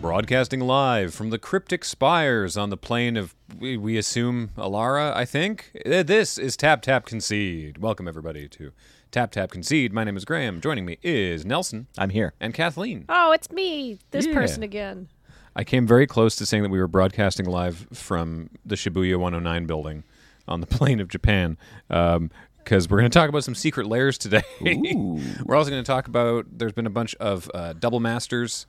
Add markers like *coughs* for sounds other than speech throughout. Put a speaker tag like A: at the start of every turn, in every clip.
A: Broadcasting live from the cryptic spires on the plain of, we, we assume, Alara, I think. Uh, This is Tap Tap Concede. Welcome, everybody, to Tap Tap Concede. My name is Graham. Joining me is Nelson
B: I'm here.
A: and Kathleen.
C: Oh, it's me, this
A: Yeah.
C: person again.
A: I came very close to saying that we were broadcasting live from the Shibuya 109 building on the *laughs* plain of Japan. Um, because we're going to talk about some secret layers today. *laughs* we're also going to talk about there's been a bunch of uh, double masters,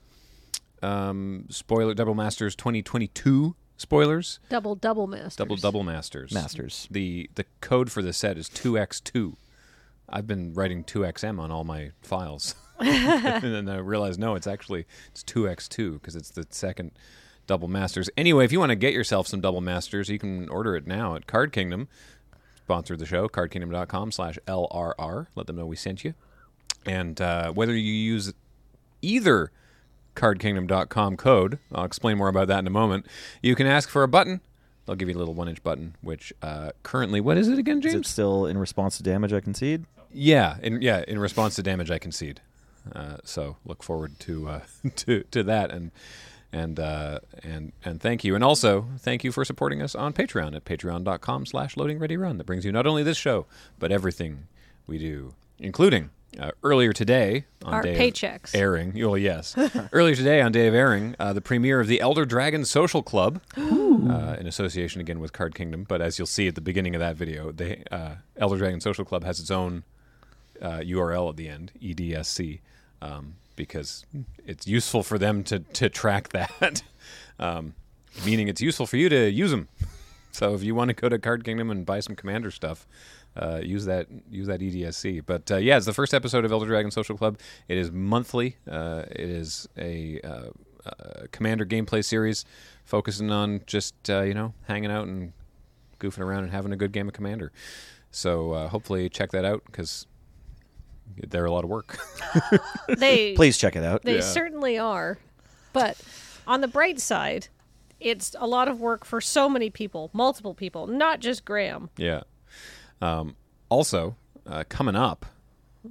A: um, spoiler double masters 2022 spoilers,
C: Double double masters.
A: double double masters.
B: Masters.
A: The the code for this set is 2x2. I've been writing 2xm on all my files. *laughs* and then I realized no, it's actually it's 2x2 because it's the second double masters. Anyway, if you want to get yourself some double masters, you can order it now at Card Kingdom. Sponsor of the show, cardkingdom.com slash LRR. Let them know we sent you. And uh, whether you use either cardkingdom.com code, I'll explain more about that in a moment, you can ask for a button. They'll give you a little one inch button, which uh, currently, what is it again, James?
B: Is it still in response to damage I concede?
A: Yeah, in yeah, in response to damage I concede. Uh, so look forward to uh, *laughs* to to that and and uh, and and thank you. And also thank you for supporting us on Patreon at patreon.com slash loading ready run. That brings you not only this show, but everything we do, including uh, earlier today on
C: Our
A: day of
C: paychecks.
A: airing. Well,
C: *laughs*
A: yes. earlier today on day of airing, uh, the premiere of the Elder Dragon Social
C: *gasps*
A: Club, uh, in association again with Card Kingdom. But as you'll see at the beginning of that video, the uh, Elder Dragon Social Club has its own uh, URL at the end, E EDSC, um, because it's useful for them to, to track that, *laughs* um, meaning it's useful for you to use them. *laughs* So if you want to go to Card Kingdom and buy some Commander stuff, uh, use that use that E EDSC. But uh, yeah, it's the first episode of Elder Dragon Social Club. It is monthly. Uh, it is a uh, uh, Commander gameplay series focusing on just uh, you know hanging out and goofing around and having a good game of Commander. So uh, hopefully check that out because they're a lot of work. *laughs*
C: They
B: Please check it out.
C: they
A: Yeah.
C: certainly are. But on the bright side, it's a lot of work for so many people, multiple people, not just Graham.
A: Yeah. Um, also, uh, coming up,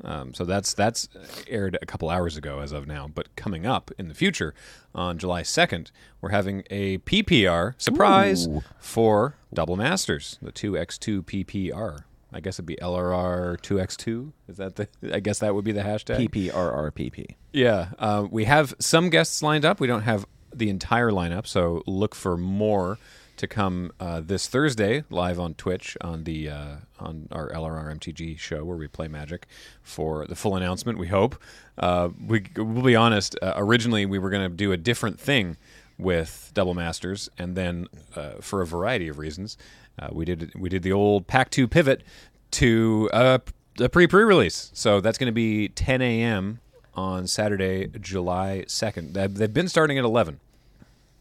A: um, so that's that's aired a couple hours ago as of now, but coming up in the future on July 2nd, we're having a PPR surprise for Double Masters, the 2x2 PPR. I guess it'd be LRR 2x2. Is that the? I guess that would be the hashtag.
B: PPRRPP.
A: Yeah, uh, we have some guests lined up. We don't have the entire lineup, so look for more to come uh, this Thursday live on Twitch on the uh, on our LRR MTG show where we play Magic for the full announcement. We hope. Uh, we we'll be honest. Uh, originally, we were going to do a different thing with Double Masters, and then uh, for a variety of reasons, uh, we did we did the old Pack Two pivot to uh, a pre pre release. So that's going to be 10 a.m. on Saturday, July 2nd. They- They've been starting at 11.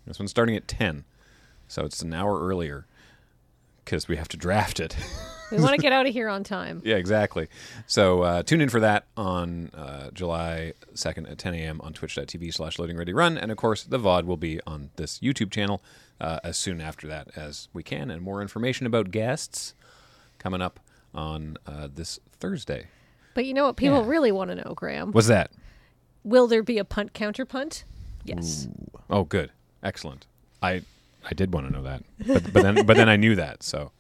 A: This one's starting at 10, so it's an hour earlier because we have to draft it. *laughs*
C: We want to get out of here on time.
A: Yeah, exactly. So uh, tune in for that on uh, July 2nd at 10 a.m. on twitch.tv slash loading ready run. And of course, the VOD will be on this YouTube channel uh, as soon after that as we can. And more information about guests coming up on uh, this Thursday.
C: But you know what people
A: Yeah.
C: really want to know, Graham?
A: What's that?
C: Will there be a punt counter punt? Yes.
A: Oh, good. Excellent. I I did want to know that. But, but then but then I knew that. So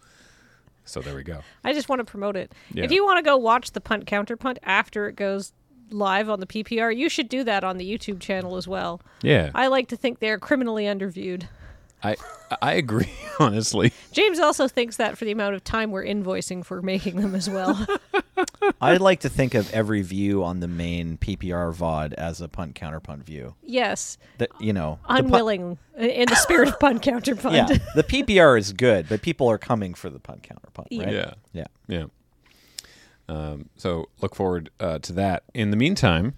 A: so there we go.
C: I just want to promote it.
A: Yeah.
C: If you want to go watch the punt counter punt after it goes live on the PPR, you should do that on the YouTube channel as well.
A: Yeah.
C: I like to think they're criminally underviewed.
A: I I agree *laughs* honestly.
C: James also thinks that for the amount of time we're invoicing for making them as well. *laughs*
B: I'd like to think of every view on the main PPR VOD as a punt counterpunt view.
C: yes,
B: That you know, the pun-
C: unwilling uh, in the spirit of pun counter pun.
B: yeah, the PPR is good, but people are coming for the punt counterpunt, right?
A: Yeah.
B: yeah.
A: Yeah. Um, so look forward uh, to that. In the meantime,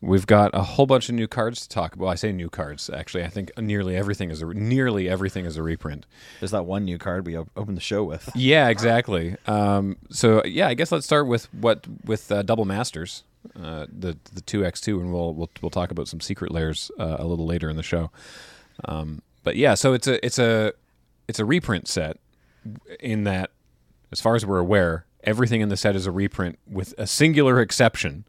A: we've got a whole bunch of new cards to talk about. I say new cards. Actually, I think nearly everything is a nearly everything is a reprint.
B: There's that one new card we op- opened the show with.
A: Yeah, exactly. Um, so yeah, I guess let's start with what with uh, double masters, uh, the the two x two, and we'll we'll we'll talk about some secret layers uh, a little later in the show. Um, but yeah, so it's a it's a it's a reprint set in that, as far as we're aware, everything in the set is a reprint with a singular exception,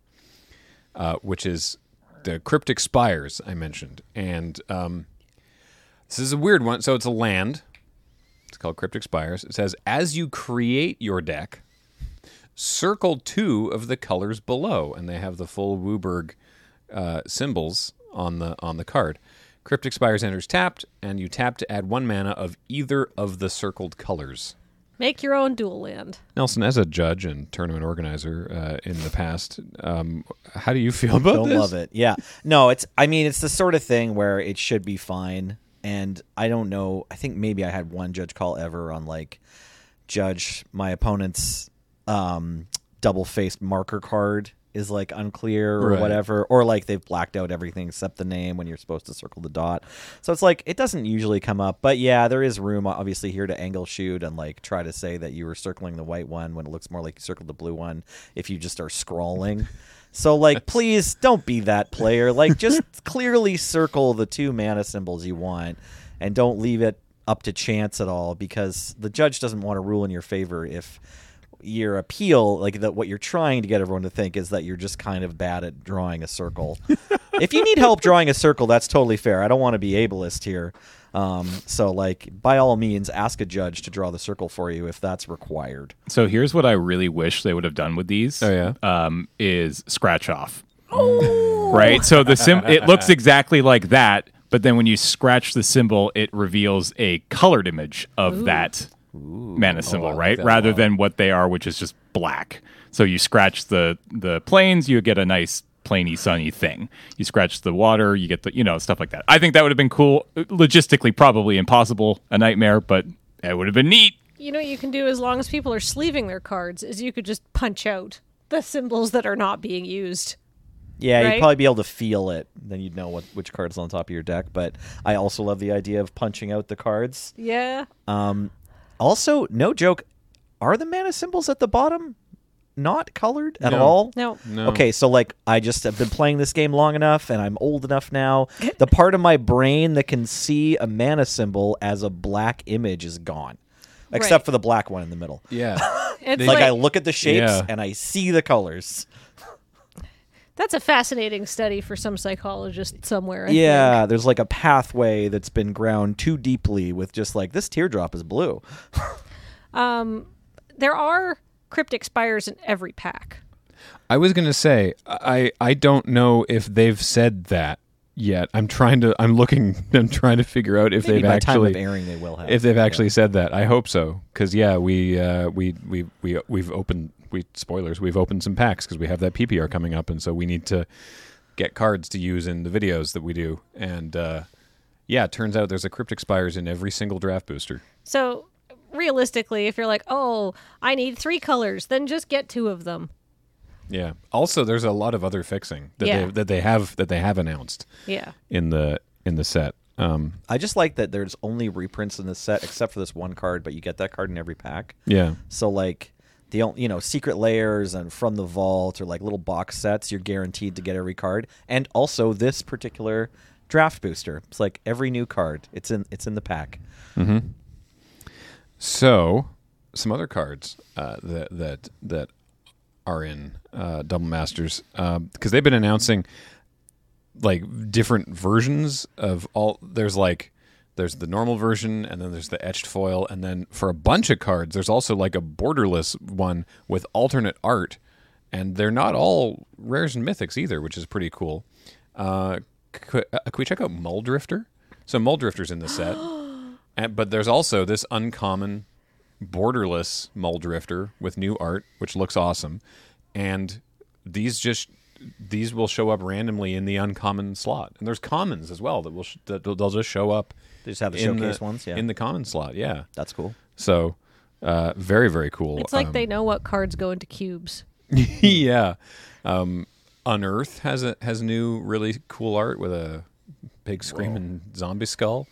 A: uh, which is the cryptic spires I mentioned, and um, this is a weird one. So it's a land. It's called cryptic spires. It says as you create your deck, circle two of the colors below, and they have the full Wooberg uh, symbols on the on the card. Cryptic Spires enters tapped, and you tap to add one mana of either of the circled colors.
C: *laughs* Make your own dual land.
A: Nelson, as a judge and tournament organizer uh, in the past, um, how do you feel about
B: Don't
A: this?
B: love it. Yeah. No, it's I mean, it's the sort of thing where it should be fine. And I don't know. I think maybe I had one judge call ever on like judge my opponent's um double faced marker card is like unclear or
A: Right.
B: whatever or like they've blacked out everything except the name when you're supposed to circle the dot. So it's like it doesn't usually come up, but yeah, there is room obviously here to angle shoot and like try to say that you were circling the white one when it looks more like you circled the blue one if you just are scrawling. So like please don't be that player. Like just *laughs* clearly circle the two mana symbols you want and don't leave it up to chance at all because the judge doesn't want to rule in your favor if your appeal like that what you're trying to get everyone to think is that you're just kind of bad at drawing a circle if you need help drawing a circle that's totally fair i don't want to be ableist here um, so like by all means ask a judge to draw the circle for you if that's required
D: So here's what I really wish they would have done with these.
A: Oh, yeah?
D: um, is scratch off. right. So the sim it looks exactly like that, but then when you scratch the symbol, it reveals a colored image of that mana symbol,
A: Oh, like
D: right?
A: that a
D: Rather
A: lot.
D: than what they are, which is just black. So you scratch the the planes, you get a nice plainy sunny thing. You scratch the water, you get the you know stuff like that. I think that would have been cool. Logistically, probably impossible, a nightmare, but it would have been neat.
C: You know what you can do as long as people are sleeving their cards is you could just punch out the symbols that are not being used.
B: yeah
C: Right.
B: you'd probably be able to feel it then you'd know what which cards on top of your deck but i also love the idea of punching out the cards
C: Yeah.
B: also no joke are the mana symbols at the bottom not colored at all
C: No.
A: No.
B: Okay, so like I just have been playing this game long enough and I'm old enough
C: *laughs*
B: now. The part of my brain that can see a mana symbol as a black image is gone. Except
C: Right.
B: for the black one in the middle. *laughs*
A: Yeah.
C: It's
A: They-
B: Like,
C: like,
B: I look at the shapes
A: Yeah.
B: and I see the colors.
C: that's a fascinating study for some psychologist somewhere. I think.
B: Yeah, there's like a pathway that's been ground too deeply with just like this teardrop is blue.
C: There are cryptic spires in every pack.
A: I was gonna say I I don't know if they've said that yet. I'm trying to I'm looking *laughs* I'm trying to figure out if
B: Maybe
A: they've
B: by
A: actually
B: time of airing they will have.
A: if they've actually said that. I hope so because yeah we uh, we we we we've opened we spoilers we've opened some packs because we have that PPR coming up and so we need to get cards to use in the videos that we do and uh, yeah it turns out there's a cryptic spires in every single draft booster.
C: So realistically, if you're like, oh, I need three colors, then just get two of them.
A: Yeah. Also, there's a lot of other fixing that
C: Yeah.
A: they that they have that they have announced
C: Yeah.
A: in the in the set. Um,
B: I just like that there's only reprints in this set except for this one card, but you get that card in every pack.
A: yeah.
B: So like the only you know secret layers and from the vault or like little box sets, you're guaranteed to get every card, and also this particular draft booster. It's like every new card. It's in it's in the pack.
A: So, some other cards uh, that that that are in uh, Double Masters because they've been announcing like different versions of all. There's like there's the normal version, and then there's the etched foil, and then for a bunch of cards, there's also like a borderless one with alternate art, and they're not all rares and mythics either, which is pretty cool. Uh, could, uh, could we check out Muldrifter? So Muldrifter's in the set. *gasps* And, but there's also this uncommon borderless mole drifter with new art, which looks awesome. And these just these will show up randomly in the uncommon slot. And there's commons as well that will sh- that they'll- they'll just show up.
B: They just have the
A: in
B: showcase ones, yeah.
A: in the common slot, yeah.
B: That's cool.
A: So uh, very very cool.
C: It's like
A: Um,
C: they know what cards go into cubes.
A: yeah. Um, Unearth has a has new really cool art with a big screaming zombie skull.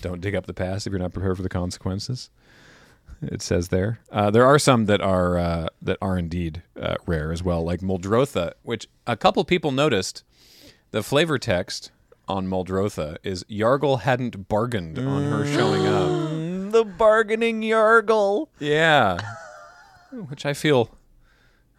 A: Don't dig up the past if you're not prepared for the consequences. It says there. Uh, there are some that are uh, that are indeed uh, rare as well, like Moldrotha, which a couple people noticed. The flavor text on Moldrotha is Yargle hadn't bargained on her showing up.
B: The bargaining Yargle.
A: Yeah, which I feel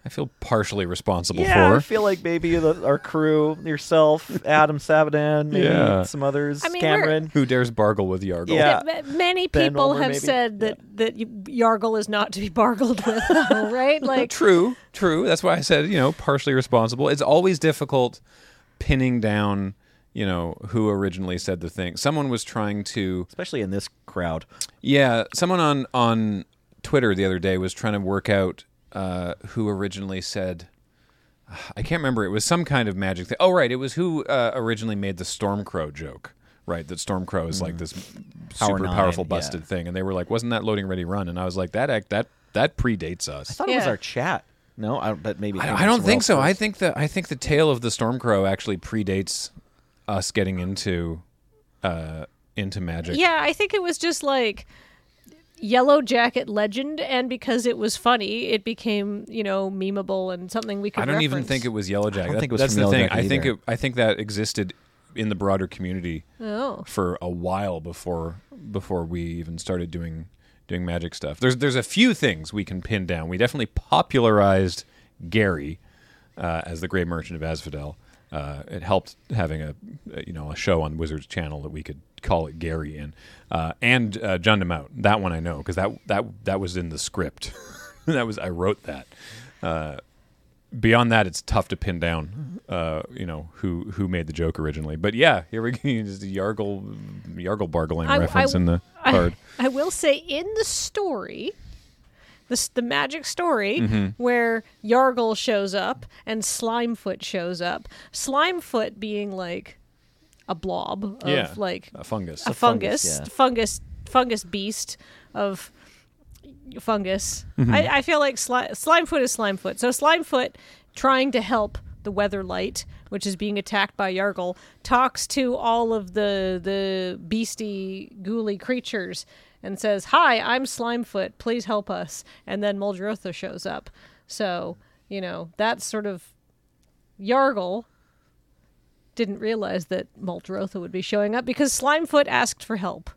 A: I feel partially responsible
B: Yeah, I
A: for.
B: feel like maybe the, our crew, yourself, Adam Savadan, maybe
A: Yeah.
B: some others,
C: I mean, we're-
B: Cameron.
A: Who dares bargle with Yargle?
B: Yeah.
C: Ma- ma- Many
B: Ben
C: people
B: Ulmer,
C: have
B: maybe?
C: said that that y- Yargle is not to be *laughs*
A: *laughs*
C: bargled with, though, right? Like,
A: True, true. That's why I said, you know, partially responsible. It's always difficult pinning down, you know, who originally said the thing. Someone was trying to
B: Especially in this crowd.
A: Yeah, someone on on Twitter the other day was trying to work out uh, who originally said. I can't remember. It was some kind of magic thing. Oh, right. It was who uh, originally made the Stormcrow joke, right? That Stormcrow is like this
B: Power
A: super
B: nine,
A: powerful
B: yeah.
A: busted thing, and they were like, "Wasn't that loading ready run?" And I was like, "That act that that predates
B: I
A: us."
B: thought it was
C: Yeah.
B: our chat. No, I, but maybe.
A: I,
B: maybe
A: I don't
B: somewhere
A: think
B: else
A: so. I
B: first.
A: think the I think the tale of the Stormcrow actually predates us getting into uh, into magic.
C: yeah, I think it was just like Yellow Jacket legend, and because it was funny, it became you know memeable and something we could.
A: I don't even
C: reference.
A: think it was Yellow Jacket.
B: don't think it was
A: That's
B: from
A: the
B: Yellow
A: thing.
B: Jacket
A: I think
B: either.
A: it, I think that existed in the broader community
C: Oh,
A: for a while before before we even started doing doing magic stuff. There's there's a few things we can pin down. We definitely popularized Gary uh, as the Great Merchant of Asphodel. Uh, it helped having a uh, you know a show on Wizards Channel that we could call it Gary in, uh, and uh, John DeMout. That one I know because that that that was in the script. *laughs* that was I wrote that Uh, beyond that, it's tough to pin down. Uh, you know who who made the joke originally, but yeah, here we *laughs* go. Just the Yargle Yargle bargling
C: I-
A: reference
C: I-
A: in the
C: I- *laughs*
A: card.
C: I, will say in the story, this the magic story where Yargle shows up and Slimefoot shows up. Slimefoot being like a blob of
A: Yeah.
C: like
A: A fungus.
C: a
B: fungus,
C: fungus,
B: yeah.
C: fungus, fungus, beast of fungus. I, I feel like sli- Slimefoot is Slimefoot. So Slimefoot, trying to help the Weatherlight, which is being attacked by Yargle, talks to all of the the beastie, ghouly creatures and says, "Hi, I'm Slimefoot. Please help us." And then Muldrotha shows up. So you know that's sort of Yargle didn't realize that Multrotha would be showing up because Slimefoot asked for help.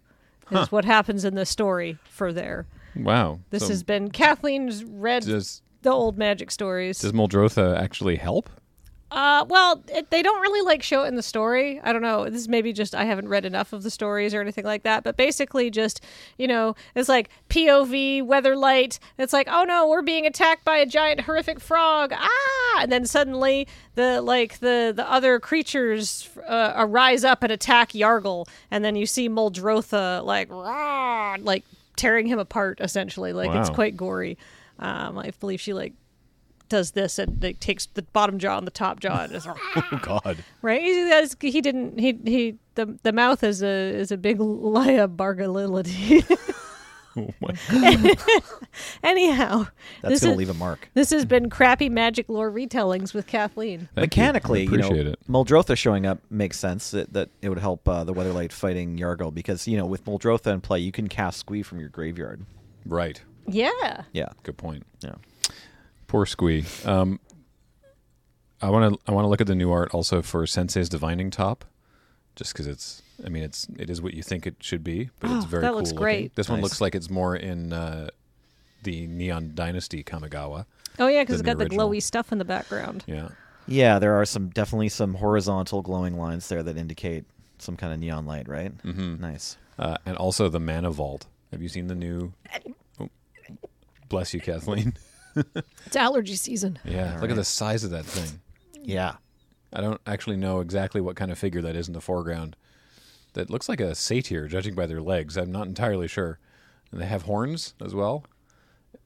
C: Is what happens in the story for there.
A: wow.
C: This
A: So
C: has been Kathleen's read
A: does
C: the old magic stories.
A: does Moldrotha actually help?
C: uh, well, it, they don't really like show it in the story. I don't know. This is maybe just I haven't read enough of the stories or anything like that. But basically, just you know, it's like POV weather light. It's like, oh no, we're being attacked by a giant horrific frog. Ah! And then suddenly the like the the other creatures uh, arise up and attack Yargle, and then you see Muldrotha like rah, like tearing him apart essentially. Like it's
A: Wow.
C: quite gory. Um, I believe she like does this and like takes the bottom jaw and the top jaw and is *laughs*
A: Oh God. *laughs*
C: right. He, that's- he didn't. He he. The, the mouth is a is a big *laughs* lie of bargalility.
A: Oh, my-
C: *laughs* Anyhow,
B: that's
C: this
B: gonna
C: is-
B: leave a mark.
C: This has been crappy magic lore retellings with Kathleen.
A: Thank you. I
B: Mechanically, you,
A: appreciate
B: know,
A: it.
B: Muldrotha showing up makes sense that, that it would help uh, the Weatherlight fighting Yargle because you know with Muldrotha in play, you can cast Squee from your graveyard.
A: Right.
C: Yeah.
B: Yeah,
A: Good point.
B: yeah.
A: Poor Squee. Um, I want to I want to look at the new art also for Sensei's Divining Top, just because it's I mean it's it is what you think it should be, but it's
C: Oh,
A: very
C: that
A: cool
C: looks
A: looking.
C: great.
A: This one
B: Nice.
A: looks like it's more in uh, the Neon Dynasty Kamigawa.
C: Oh yeah, because it's
A: Than
C: got
A: the
C: the
A: original.
C: glowy stuff in the background.
A: Yeah,
B: Yeah, there are some definitely some horizontal glowing lines there that indicate some kind of neon light, right? Mm-hmm. Nice.
A: uh, and also the Mana Vault. Have you seen the new? Oh, bless you, Kathleen.
C: It's allergy season.
A: Yeah, *laughs* look at the size of that thing.
B: Yeah.
A: I don't actually know exactly what kind of figure that is in the foreground. That looks like a satyr, judging by their legs. I'm not entirely sure. And they have horns as well.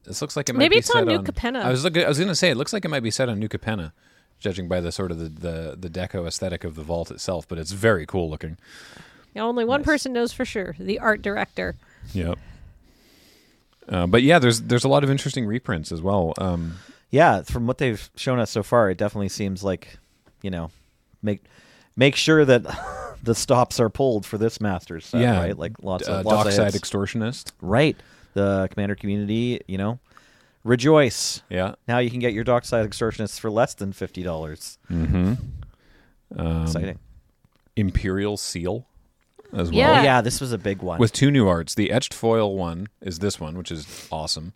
A: This looks like it might
C: Maybe
A: be
C: it's on
A: set
C: New Capenna.
A: I was looking, I was going to say it looks like it might be set on New Capenna, judging by the sort of the, the the deco aesthetic of the vault itself. But it's very cool looking.
C: Now, only one person knows for sure: the art director.
A: Yep. Uh, but yeah, there's there's a lot of interesting reprints as well. Um,
B: Yeah, from what they've shown us so far, it definitely seems like, you know, make make sure that *laughs* the stops are pulled for this master's set,
A: yeah,
B: right? Like lots
A: uh,
B: of lots
A: dockside
B: of hits.
A: extortionist.
B: right. The commander community, you know, rejoice.
A: Yeah,
B: Now you can get your dockside extortionists for less than fifty dollars.
A: Mm-hmm. Um,
B: Exciting.
A: imperial seal as well.
C: Yeah.
B: Oh, yeah, this was a big one.
A: with two new arts. The etched foil one is this one, which is awesome.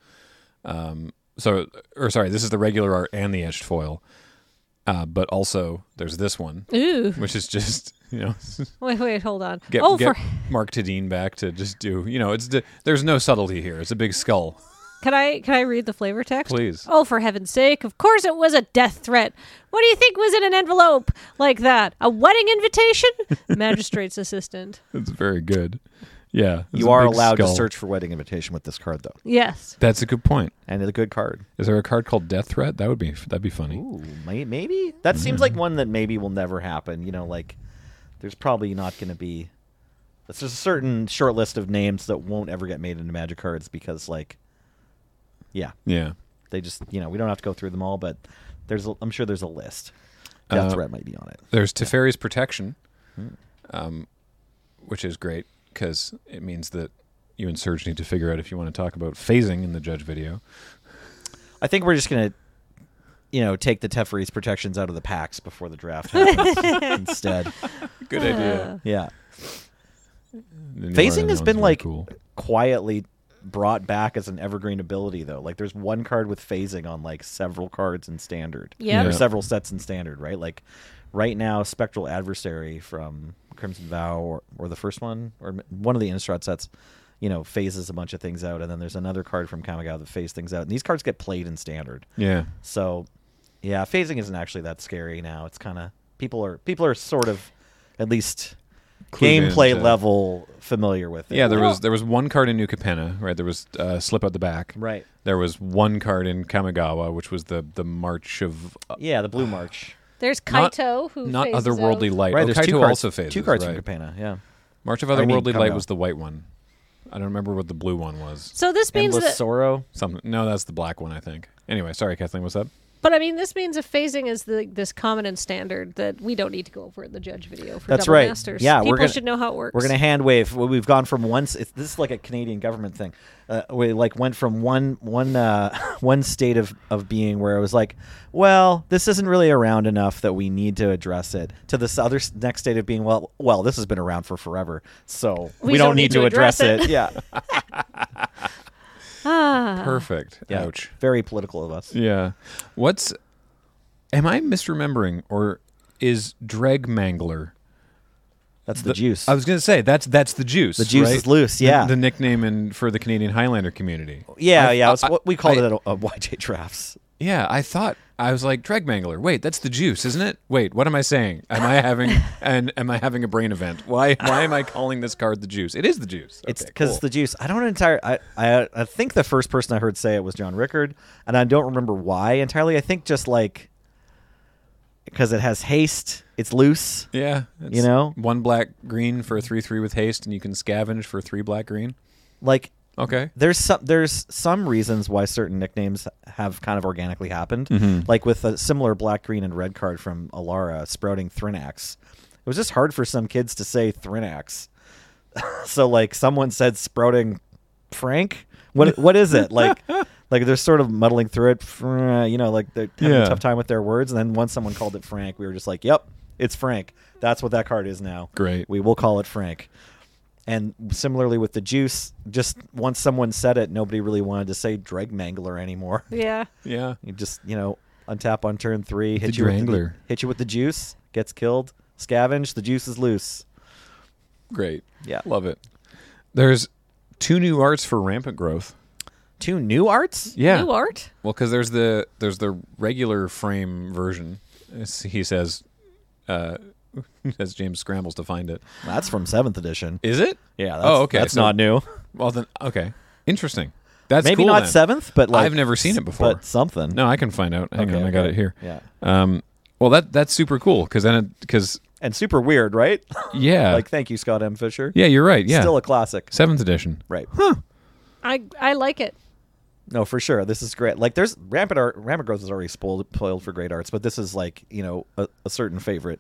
A: Um, so or sorry, this is the regular art and the etched foil. Uh, but also there's this one,
C: Ooh.
A: which is just you know *laughs*
C: Wait, wait, hold on.
A: get,
C: oh,
A: get
C: for,
A: Mark Tadine back to just do you know it's d- there's no subtlety here. It's a big skull. *laughs*
C: can I can I read the flavor text?
A: Please.
C: Oh, for heaven's sake! Of course, it was a death threat. What do you think was in an envelope like that? A wedding invitation?
B: *laughs*
C: Magistrate's assistant.
A: It's very good. Yeah, it's
B: You
A: a
B: are
A: big
B: allowed to
A: skull.
B: search for wedding invitation with this card though,
C: Yes.
A: That's a good point.
B: and it's a good card.
A: Is there a card called Death Threat? That would be that'd be funny.
B: Ooh, may- maybe that seems like one that maybe will never happen. You know, like there's probably not going to be. There's a certain short list of names that won't ever get made into magic cards because, like, yeah,
A: Yeah.
B: they just you know we don't have to go through them all, but there's a, I'm sure there's a list. Death threat might be on it.
A: There's Teferi's protection, um,
B: Hmm.
A: which is great because it means that you and Serge need to figure out if you want to talk about phasing in the judge video.
B: I think we're just gonna, you know, take the Teferi's protections out of the packs before the draft happens instead.
A: Good idea.
B: Yeah, phasing has been like quietly brought back as an evergreen ability though. Like there's one card with phasing on like several cards in standard.
C: Yep.
B: Or
A: Yeah.
B: several sets in standard, right? Like right now Spectral Adversary from Crimson Vow or, or the first one or m- one of the Innistrad sets, you know, phases a bunch of things out and then there's another card from Kamigawa that phase things out. And these cards get played in standard.
A: yeah.
B: So, yeah, phasing isn't actually that scary now. It's kind of people are people are sort of at least
A: Clued
B: gameplay
A: into-
B: level familiar with it.
A: Yeah, there
B: Like,
A: was there was one card in New Capenna, right? There was uh, slip out the back.
B: Right.
A: There was one card in Kamigawa, which was the the March of uh,
B: yeah, the blue march.
C: There's
A: not-
C: Kaito who
A: not
C: phases
A: otherworldly
C: out.
A: light.
B: Right,
A: oh,
B: there's
A: Kaito
B: two cards,
A: also phases.
B: two cards
A: right.
B: from Capena. Yeah,
A: March of
B: I mean,
A: otherworldly light
B: Kamigawa.
A: was the white one. I don't remember what the blue one was.
C: So this means
B: endless
C: that.
B: sorrow.
A: Something. No, that's the black one, I think. Anyway, sorry, Kathleen. What's up?
C: But I mean, this means if phasing is the this common and standard that we don't need to go over in the judge video for
B: That's
C: double
B: right.
C: masters.
B: Yeah, we're
C: people
B: gonna-
C: should know how it works.
B: We're gonna hand wave. Well, we've gone from one. s- It's, this is like a Canadian government thing. Uh, we like went from one one uh, *laughs* one state of of being where it was like, well, this isn't really around enough that we need to address it. To this other s- next state of being, well, well, this has been around for forever, so we, don't, need, to address, it. Yeah,
C: ah,
A: Perfect.
B: Uh, yeah.
A: Ouch.
B: Very political of us.
A: Yeah. What's am I misremembering or is Dreg Mangler
B: That's the, juice.
A: I was going to say that's that's the juice. The
B: juice is loose, yeah.
A: The, nickname in for the Canadian Highlander community.
B: yeah, yeah.
A: I-
B: it's what we called
A: I-
B: it at uh, YJ drafts.
A: Yeah, I thought I was like Dreg Mangler. Wait, that's the juice, isn't it? Wait, what am I saying? Am I having
B: *laughs*
A: and am I having a brain event? Why why am I calling this card the juice? It is the juice.
B: It's
A: Okay,
B: because
A: cool.
B: the juice. I don't entire. I, I I think the first person I heard say it was John Rickard, and I don't remember why entirely. I think just like because it has haste, it's loose.
A: yeah, it's
B: you know?
A: one black green for a three three with haste, and you can scavenge for three black green.
B: Like
A: Okay,
B: there's some there's some reasons why certain nicknames have kind of organically happened.
A: Mm-hmm.
B: Like with a similar black, green, and red card from Alara, sprouting Thrinax. It was just hard for some kids to say Thrinax. *laughs* so like someone said sprouting Frank.
A: *laughs*
B: What what is it like? Like they're sort of muddling through it, fr- you know, like they're having
A: Yeah.
B: a tough time with their words. And then once someone called it Frank, we were just like, "Yep, it's Frank. That's what that card is now."
A: Great.
B: We will call it Frank. And similarly with the juice, just once someone said it, nobody really wanted to say Dreg
A: *laughs*
B: Mangler anymore.
C: yeah.
A: yeah,
B: You just, you know, untap on turn three, hit
A: The
B: you with the,
A: Drangler.
B: hit you with the juice, gets killed, scavenge, the juice is loose.
A: Great.
B: Yeah.
A: Love it. There's two new arts for rampant growth.
B: Two new arts?
A: Yeah.
C: New art.
A: Well, because there's the there's the regular frame version. It's- he says, uh, *laughs* as James scrambles to find it.
B: That's from seventh edition.
A: Is it?
B: Yeah, that's,
A: oh, okay.
B: That's
A: So-
B: not new.
A: Well, then, okay. Interesting. That's
B: Maybe
A: cool
B: not
A: then.
B: seventh, but like
A: I've never seen it before.
B: But something.
A: No, I can find out. Hang
B: Okay,
A: on, I got
B: okay.
A: it here.
B: Yeah.
A: Um. Well, that that's super cool because then because
B: And super weird, right?
A: yeah,
B: like thank you, Scott M. Fisher.
A: yeah, you're right. Yeah.
B: Still a classic.
A: Seventh edition.
B: Right.
C: I I like it.
B: No, for sure. This is great. Like, there's rampant art. Rampant growth is already spoiled, spoiled for great arts, but this is like you know a, a certain favorite.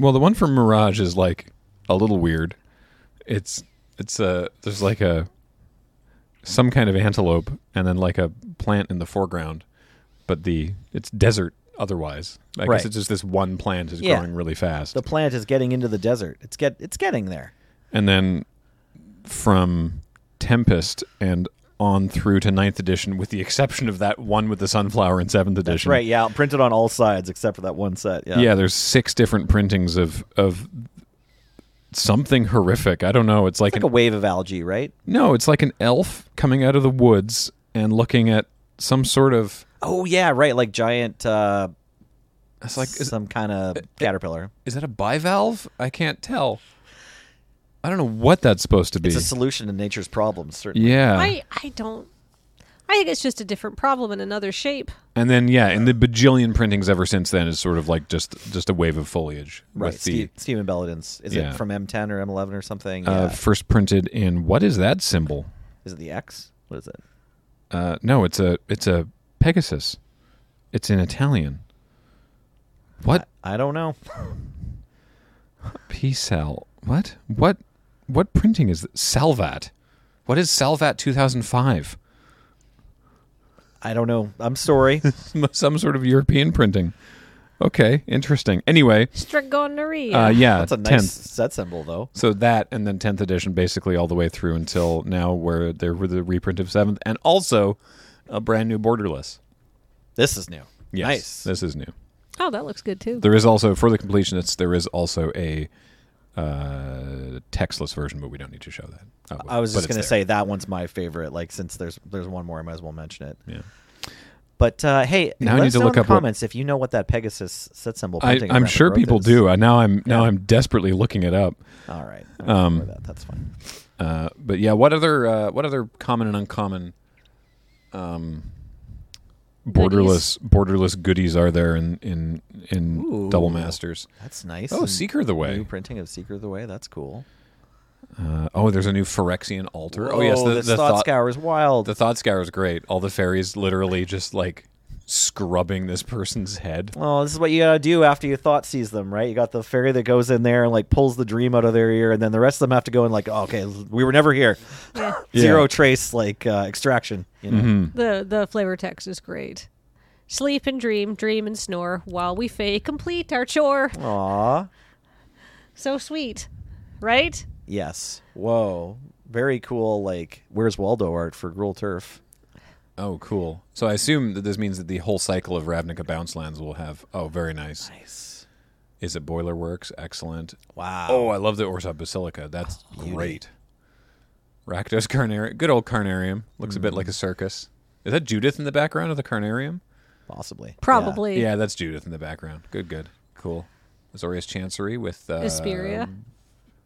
A: Well, the one from Mirage is like a little weird. It's it's a there's like a some kind of antelope and then like a plant in the foreground, but the it's desert otherwise. I
B: Right.
A: guess it's just this one plant is
B: Yeah.
A: growing really fast.
B: The planet is getting into the desert. It's get it's getting there.
A: and then from Tempest and on through to ninth edition, with the exception of that one with the sunflower in seventh edition.
B: Right, yeah, printed on all sides except for that one set. Yeah.
A: Yeah, there's six different printings of of something horrific. I don't know. It's like,
B: Like
A: an,
B: a wave of algae, right?
A: no, it's like an elf coming out of the woods and looking at some sort of.
B: Oh yeah, right, like giant uh
A: It's like is,
B: some kind of caterpillar.
A: is that a bivalve? I can't tell. I don't know what that's supposed to be.
B: It's a solution to nature's problems, certainly.
A: yeah.
C: I I don't. I think it's just a different problem in another shape.
A: And then yeah, and the bajillion printings ever since then is sort of like just just a wave of foliage.
B: Right,
A: with the-
B: Steve, Stephen Belladins. Is
A: Yeah.
B: it from M10 or M11 or something?
A: uh,
B: Yeah.
A: first printed in what is that symbol?
B: Is it the X? What is it?
A: Uh, no, it's a it's a Pegasus. It's in Italian. What
B: I don't know. *laughs*
A: P cell? What what what printing is that? Salvat? What is Salvat 2005?
B: I don't know. I'm *laughs* sorry.
A: *laughs* Some sort of European printing. Okay, interesting. Anyway,
C: Strigonorrhea.
A: uh, yeah,
B: *laughs* That's a nice
A: 10th.
B: set symbol, though.
A: So that and then 10th edition basically all the way through until now where there were the reprint of 7th and also a brand new borderless.
B: This is new.
A: Yes.
B: Nice.
A: This is new.
C: oh, that looks good too.
A: There is also for the completionists there is also a uh, textless version but we don't need to show that. Uh,
B: I was
A: but
B: just
A: it's
B: gonna
A: there.
B: say that one's my favorite. Like since there's there's one more, I might as well mention it.
A: Yeah.
B: But uh, hey,
A: Now I
B: let
A: need
B: us
A: to
B: know
A: look
B: in the
A: up what-
B: comments if you know what that Pegasus set symbol.
A: I,
B: printing
A: I'm
B: around the
A: sure
B: growth
A: people
B: is.
A: do. I, now I'm now I'm desperately looking it up.
B: All right,
A: Um,
B: um, that. that's fine.
A: Uh, but yeah, what other uh, what other common and uncommon um, borderless borderless goodies are there in in in double
B: Ooh.
A: masters?
B: That's nice.
A: Oh,
B: And
A: Seeker of the
B: New
A: Way.
B: printing of Seeker of the Way. That's cool.
A: Uh, oh, there's a new Phyrexian altar. oh yes, the,
B: this
A: the
B: thought,
A: thought
B: scour is wild.
A: the thought scour is great. All the fairies literally just like scrubbing this person's head.
B: Oh, this is what you gotta do after your thought sees them, right? You got the fairy that goes in there and like pulls the dream out of their ear, and then the rest of them have to go and like, oh, okay, we were never here.
A: *laughs*
B: Zero trace, like uh, extraction. You know?
A: Mm-hmm.
C: The the flavor text is great. Sleep and dream, dream and snore, while we fay complete our chore.
B: Aw,
C: So sweet, right?
B: yes. Whoa, very cool. Like, where's Waldo art for Gruel Turf?
A: Oh, cool. So I assume that this means that the whole cycle of Ravnica Bounce Lands will have. Oh, very nice.
B: Nice.
A: Is it Boiler Works? Excellent.
B: Wow.
A: Oh, I love the Orsop Basilica. That's great. Rakdos Carnarium. Good old Carnarium. Looks a
B: Mm.
A: bit like a circus. Is that Judith in the background of the Carnarium?
B: Possibly.
C: Probably.
A: Yeah, that's Judith in the background. Good, good. Cool. Azorius Chancery with. Uh,
C: Asperia.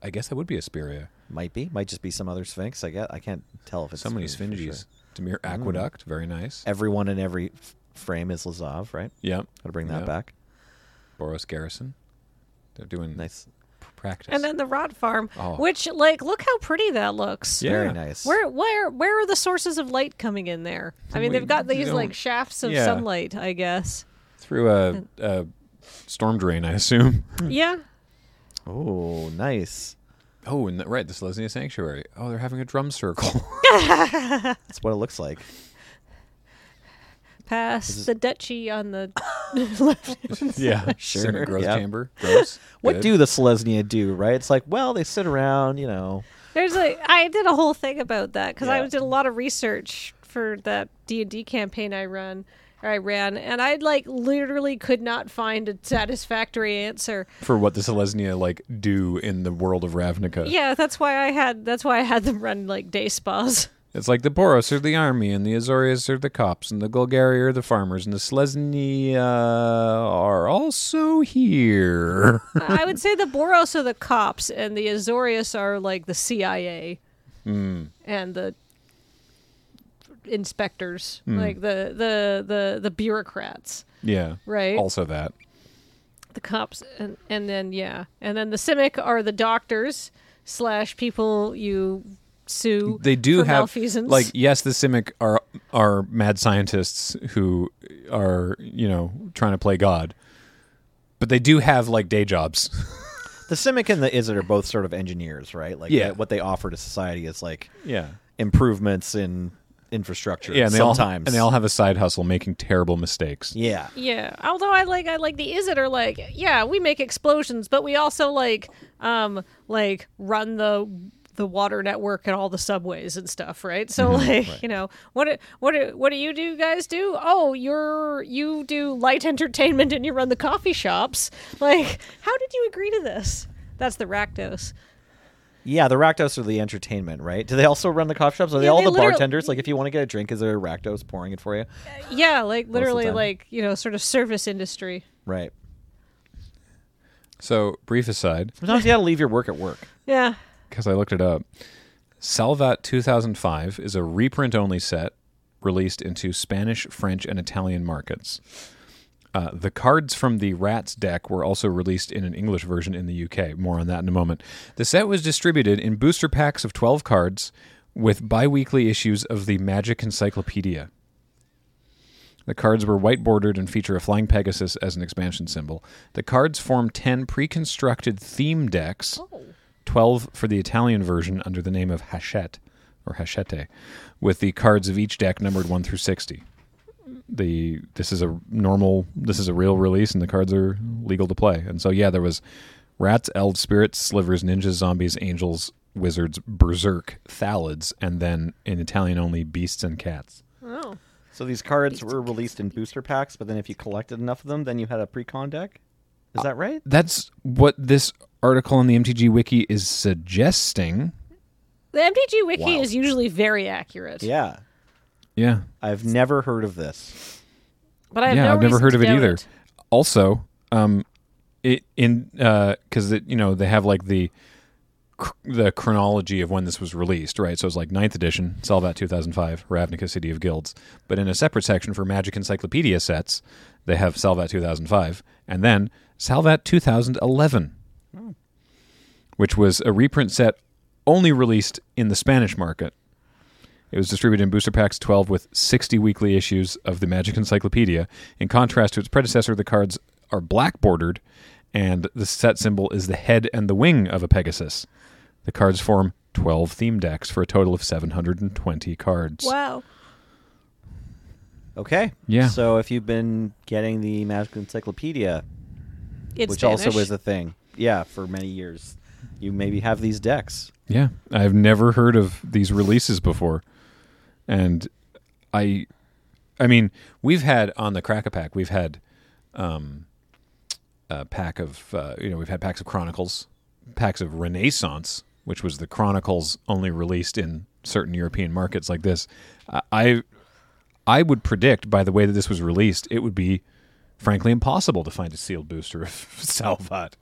A: I guess that would be Asperia.
B: Yeah. Might be. Might just be some other Sphinx. I guess I can't tell if it's
A: So many
B: for sure. Mm.
A: Sphinges. Demir Aqueduct. Very nice.
B: Everyone in every f- frame is Lazav, right?
A: Yep.
B: Gotta bring that
A: Yep.
B: back.
A: Boros Garrison. They're doing
B: Nice.
A: p- practice.
C: And then the rod farm,
A: Oh.
C: which like look how pretty that looks.
A: Yeah.
B: Very nice.
C: Where where where are the sources of light coming in there? I mean,
A: We
C: they've got these
A: don't-
C: like shafts of
A: Yeah.
C: sunlight, I guess.
A: Through a, a storm drain, I assume. *laughs*
C: Yeah.
B: Oh, nice.
A: Oh, and the, right, the Selesnya Sanctuary. Oh, they're having a drum
B: *laughs*
A: circle.
B: That's what it looks like.
C: Pass the duchy
A: *coughs*
C: on the *laughs*
A: *laughs* yeah,
B: Sure,
A: Senate growth
B: yeah.
A: chamber. Gross.
B: *laughs* What
A: Good.
B: do the Selesnya do, right? It's like, well, they sit around, you know.
C: There's a I did a whole thing about that because I
B: Yeah.
C: did a lot of research for that D and D campaign I run or I ran, and I like literally could not find a satisfactory answer.
A: for what the Selesnya like do in the world of Ravnica?
C: Yeah, that's why I had that's why I had them run like day spas.
A: It's like the Boros are the army, and the Azorius are the cops, and the Golgari are the farmers, and the Selesnya are also here. *laughs*
C: I would say the Boros are the cops, and the Azorius are like the CIA and the inspectors, like the the the the bureaucrats.
A: yeah,
C: Right.
A: Also that.
C: the cops and and then yeah and then the simic are the doctors slash people you sue
A: they do
C: for
A: have
C: malfeasance
A: like yes the simic are are mad scientists who are you know trying to play god but they do have like day jobs
B: The Simic and the Izzet are both sort of engineers, right? Like,
A: Yeah.
B: they- what they offer to society is like
A: yeah
B: improvements in
A: *laughs*
B: infrastructure.
A: yeah and they all
B: sometimes.
A: and they all have a side hustle making terrible mistakes
B: yeah.
C: yeah although i like i like the is it or like yeah we make explosions but we also like um like run the the water network and all the subways and stuff, right? So
A: Mm-hmm.
C: like, you know, what do- what do- what do you do guys do? Oh, you're you do light *laughs* entertainment and you run the coffee shops. Like, how did you agree to this? That's the Rakdos.
B: Yeah, the Rakdos are the entertainment, right? Do they also run the coffee shops? Are they
C: Yeah,
B: all
C: they
B: the
C: literally-
B: bartenders? Like, if you want to get a drink, is there a Rakdos pouring it for you?
C: Yeah, like literally
B: time.
C: like, you know, sort of service industry.
B: Right.
A: So, brief aside,
B: Sometimes you got to leave your work at work.
C: Yeah.
A: because I looked it up. Salvat 2005 is a reprint only set released into Spanish, French, and Italian markets. Uh, the cards from the Rats deck were also released in an English version in the UK. More on that in a moment. The set was distributed in booster packs of 12 cards with bi weekly issues of the Magic Encyclopedia. The cards were white bordered and feature a flying Pegasus as an expansion symbol. The cards form 10 pre constructed theme decks. 12 for the Italian version under the name of Hachette or Hachette, with the cards of each deck numbered 1 through 60. The this is a normal this is a real release and the cards are legal to play. And so yeah, there was rats, elves, spirits, slivers, ninjas, zombies, angels, wizards, berserk, thalids, and then in Italian only beasts and cats.
C: Oh.
B: So these cards were released in booster packs, but then if you collected enough of them, then you had a pre-con deck. Is that right?
A: That's what this article on the MTG wiki is suggesting.
C: The MTG wiki
B: Wow.
C: is usually very accurate.
B: Yeah,
A: Yeah.
B: I've never heard of this.
C: But I have
A: yeah,
C: no
A: I've never
C: reason
A: heard
C: to
A: of it
C: doubt
A: either. Also, um, it in because it you know they have like the cr- the chronology of when this was released, right? So it's like 9th edition, Salvat 2005, Ravnica City of Guilds. But in a separate section for Magic Encyclopedia sets, they have Salvat 2005 and then Salvat 2011, which was a reprint set only released in the Spanish market. It was distributed in booster packs 12 with 60 weekly issues of the Magic Encyclopedia. In contrast to its predecessor, the cards are black bordered, and the set symbol is the head and the wing of a Pegasus. The cards form 12 theme decks for a total of 720 cards.
C: Wow.
B: Okay.
A: Yeah.
B: So if you've been getting the Magic Encyclopedia,
C: It's
B: which also
C: Spanish.
B: is a thing, yeah, for many years, you maybe have these decks.
A: Yeah, I've never heard of these releases before, and I, I mean, we've had on the Crack a Pack, we've had um, a pack of uh, you know we've had packs of Chronicles, packs of Renaissance, which was the Chronicles only released in certain European markets like this. I- I, I would predict by the way that this was released, it would be frankly impossible to find a sealed booster of *laughs* Salvat,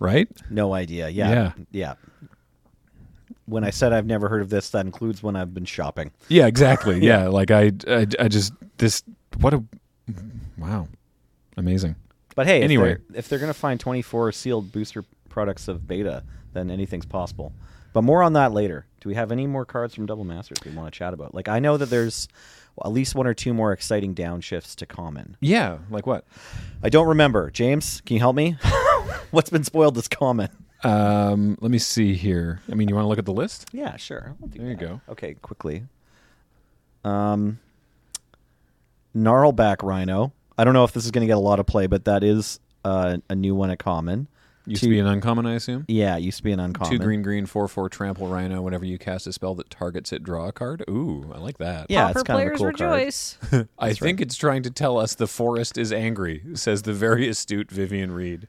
A: right?
B: No idea. Yeah. Yeah. When I said I've never heard of this, that includes when I've been shopping.
A: Yeah, exactly. *laughs* yeah. like I, I, I just this. What a wow, amazing.
B: But hey, if
A: Anyway.
B: they're, if they're going to find 24 sealed booster products of beta, then anything's possible. But more on that later. Do we have any more cards from Double Masters we want to chat about? Like, I know that there's at least one or two more exciting downshifts to common.
A: Yeah, like what?
B: I don't remember. James, can you help me? *laughs* What's been spoiled this common?
A: Um, let me see here. I mean, you want to look at the list?
B: Yeah, sure. I'll do
A: There you
B: that.
A: go.
B: Okay, quickly. Um, Gnarlback Rhino. I don't know if this is going to get a lot of play, but that is uh, a new one at common.
A: Used
B: Two-
A: to be an uncommon, I assume.
B: Yeah, it used to be an uncommon.
A: Two green, green, four, four, trample, rhino. Whenever you cast a spell that targets it, draw a card. Ooh, I like that.
B: Yeah,
C: Pauper
B: it's kind
C: players
B: of a cool card.
C: rejoice.
A: I think it's trying to tell us the forest is angry, says the very astute Vivian Reed.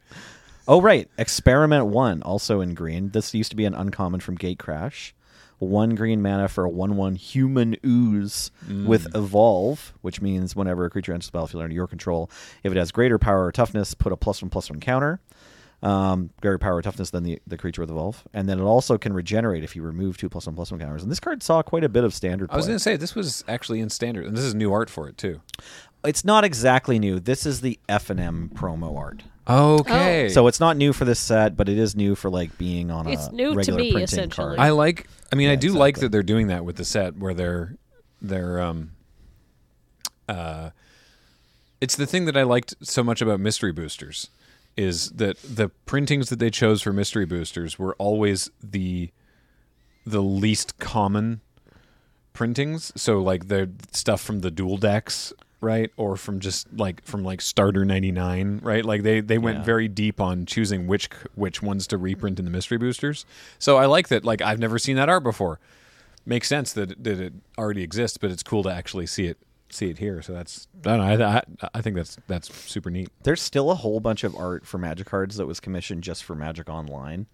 B: Oh, right. Experiment one, also in green. This used to be an uncommon from Gate Crash. One green mana for a 1 1 human ooze
A: Mm.
B: with evolve, which means whenever a creature enters the battlefield under your control, if it has greater power or toughness, put a plus 1 plus 1 counter. Um, greater power or toughness than the, the creature with evolve. And then it also can regenerate if you remove two plus 1 plus 1 counters. And this card saw quite a bit of standard play.
A: I was going to say this was actually in standard, and this is new art for it too.
B: It's not exactly new. This is the FNM promo art.
A: Okay.
B: So it's not new for this set, but it is new for like being on
C: It's
B: a
C: new to
B: regular
C: me,
B: printing
C: essentially.
B: card.
A: I like. I mean, I do like
B: exactly.
A: that they're doing that with the set where they're they're um uh it's the thing that I liked so much about mystery boosters is that the printings that they chose for mystery boosters were always the the least common printings so like the stuff from the dual decks right or from just like from like starter 99 right like they they went
B: Yeah.
A: very deep on choosing which c- which ones to reprint in the mystery boosters so i like that like i've never seen that art before makes sense that that it already exists but it's cool to actually see it see it here so that's i don't know i, I, I think that's that's super neat
B: There's still a whole bunch of art for Magic cards that was commissioned just for Magic Online.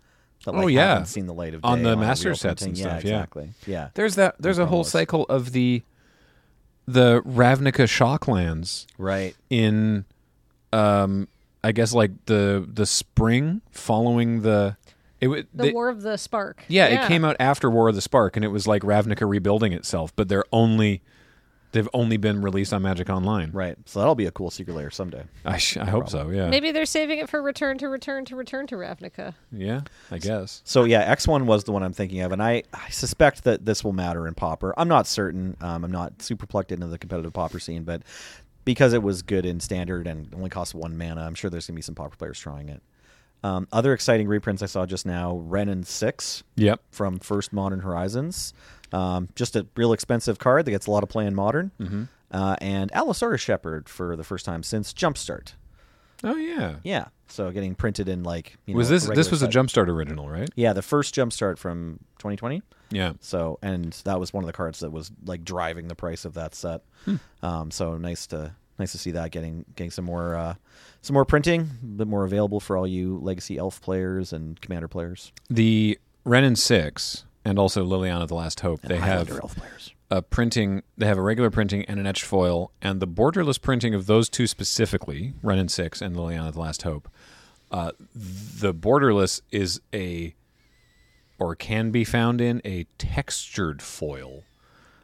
B: That, like,
A: Oh, yeah.
B: haven't seen the light of day
A: On the
B: a
A: master
B: real
A: sets and
B: printing.
A: stuff,
B: Yeah,
A: yeah.
B: exactly. Yeah.
A: There's that. There's a whole
B: promos.
A: cycle of the the Ravnica Shocklands
B: Right.
A: in, um, I guess like the the spring following the it wa-
C: The
A: they-
C: War of the Spark.
A: yeah, it came out after War of the Spark, and it was like Ravnica rebuilding itself, but they're only they've only been released on Magic Online.
B: Right. So that'll be a cool secret layer someday.
A: I, sh- I hope so. Yeah.
C: Maybe they're saving it for Return to Return to Return to Ravnica.
A: Yeah. I guess.
B: So yeah, X1 was the one I'm thinking of, and I, I suspect that this will matter in Popper. I'm not certain. Um, I'm not super plugged into the competitive Popper scene, but because it was good in standard and only cost one mana, I'm sure there's gonna be some Popper players trying it. Um, other exciting reprints I saw just now: Ren and Six
A: Yep.
B: from First Modern Horizons. Um, just a real expensive card that gets a lot of play in Modern.
A: Mm-hmm.
B: Uh, and Alisara Shepherd for the first time since Jumpstart.
A: Oh yeah.
B: Yeah, so getting printed in like you
A: Was
B: know,
A: this this
B: regular
A: was a
B: set.
A: Jumpstart original, right?
B: Yeah, the first Jumpstart from 2020.
A: Yeah.
B: So, and that was one of the cards that was like driving the price of that set. Um, so nice to nice to see that getting getting some more uh, some more printing, a bit more available for all you Legacy Elf players and Commander players.
A: The Renin Six and also Liliana the Last Hope. They have
B: Highlander Elf players.
A: a printing they have a regular printing and an etched foil and the borderless printing of those two specifically Ren and six and liliana the last hope uh, the borderless is a or can be found in a textured foil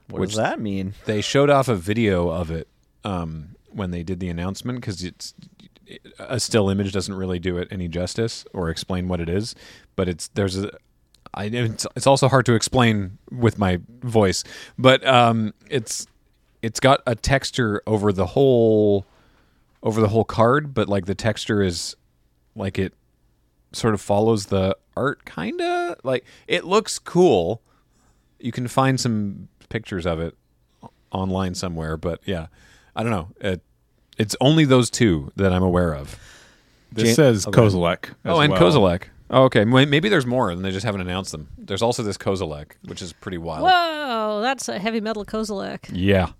B: What
A: Which-
B: does that mean?
A: they showed off a video of it um, when they did the announcement because it's a still image doesn't really do it any justice or explain what it is. But it's there's a I it's, it's also hard to explain with my voice, but um, it's it's got a texture over the whole over the whole card, but like the texture is like it sort of follows the art kinda like it looks cool you can find some pictures of it online somewhere but yeah i don't know it, it's only those two that i'm aware of
D: This says Kozilek. as
A: oh and
D: well.
A: kozilek oh, okay May- maybe there's more and they just haven't announced them there's also this kozilek which is pretty wild
C: Whoa, that's a heavy metal Kozilek.
A: yeah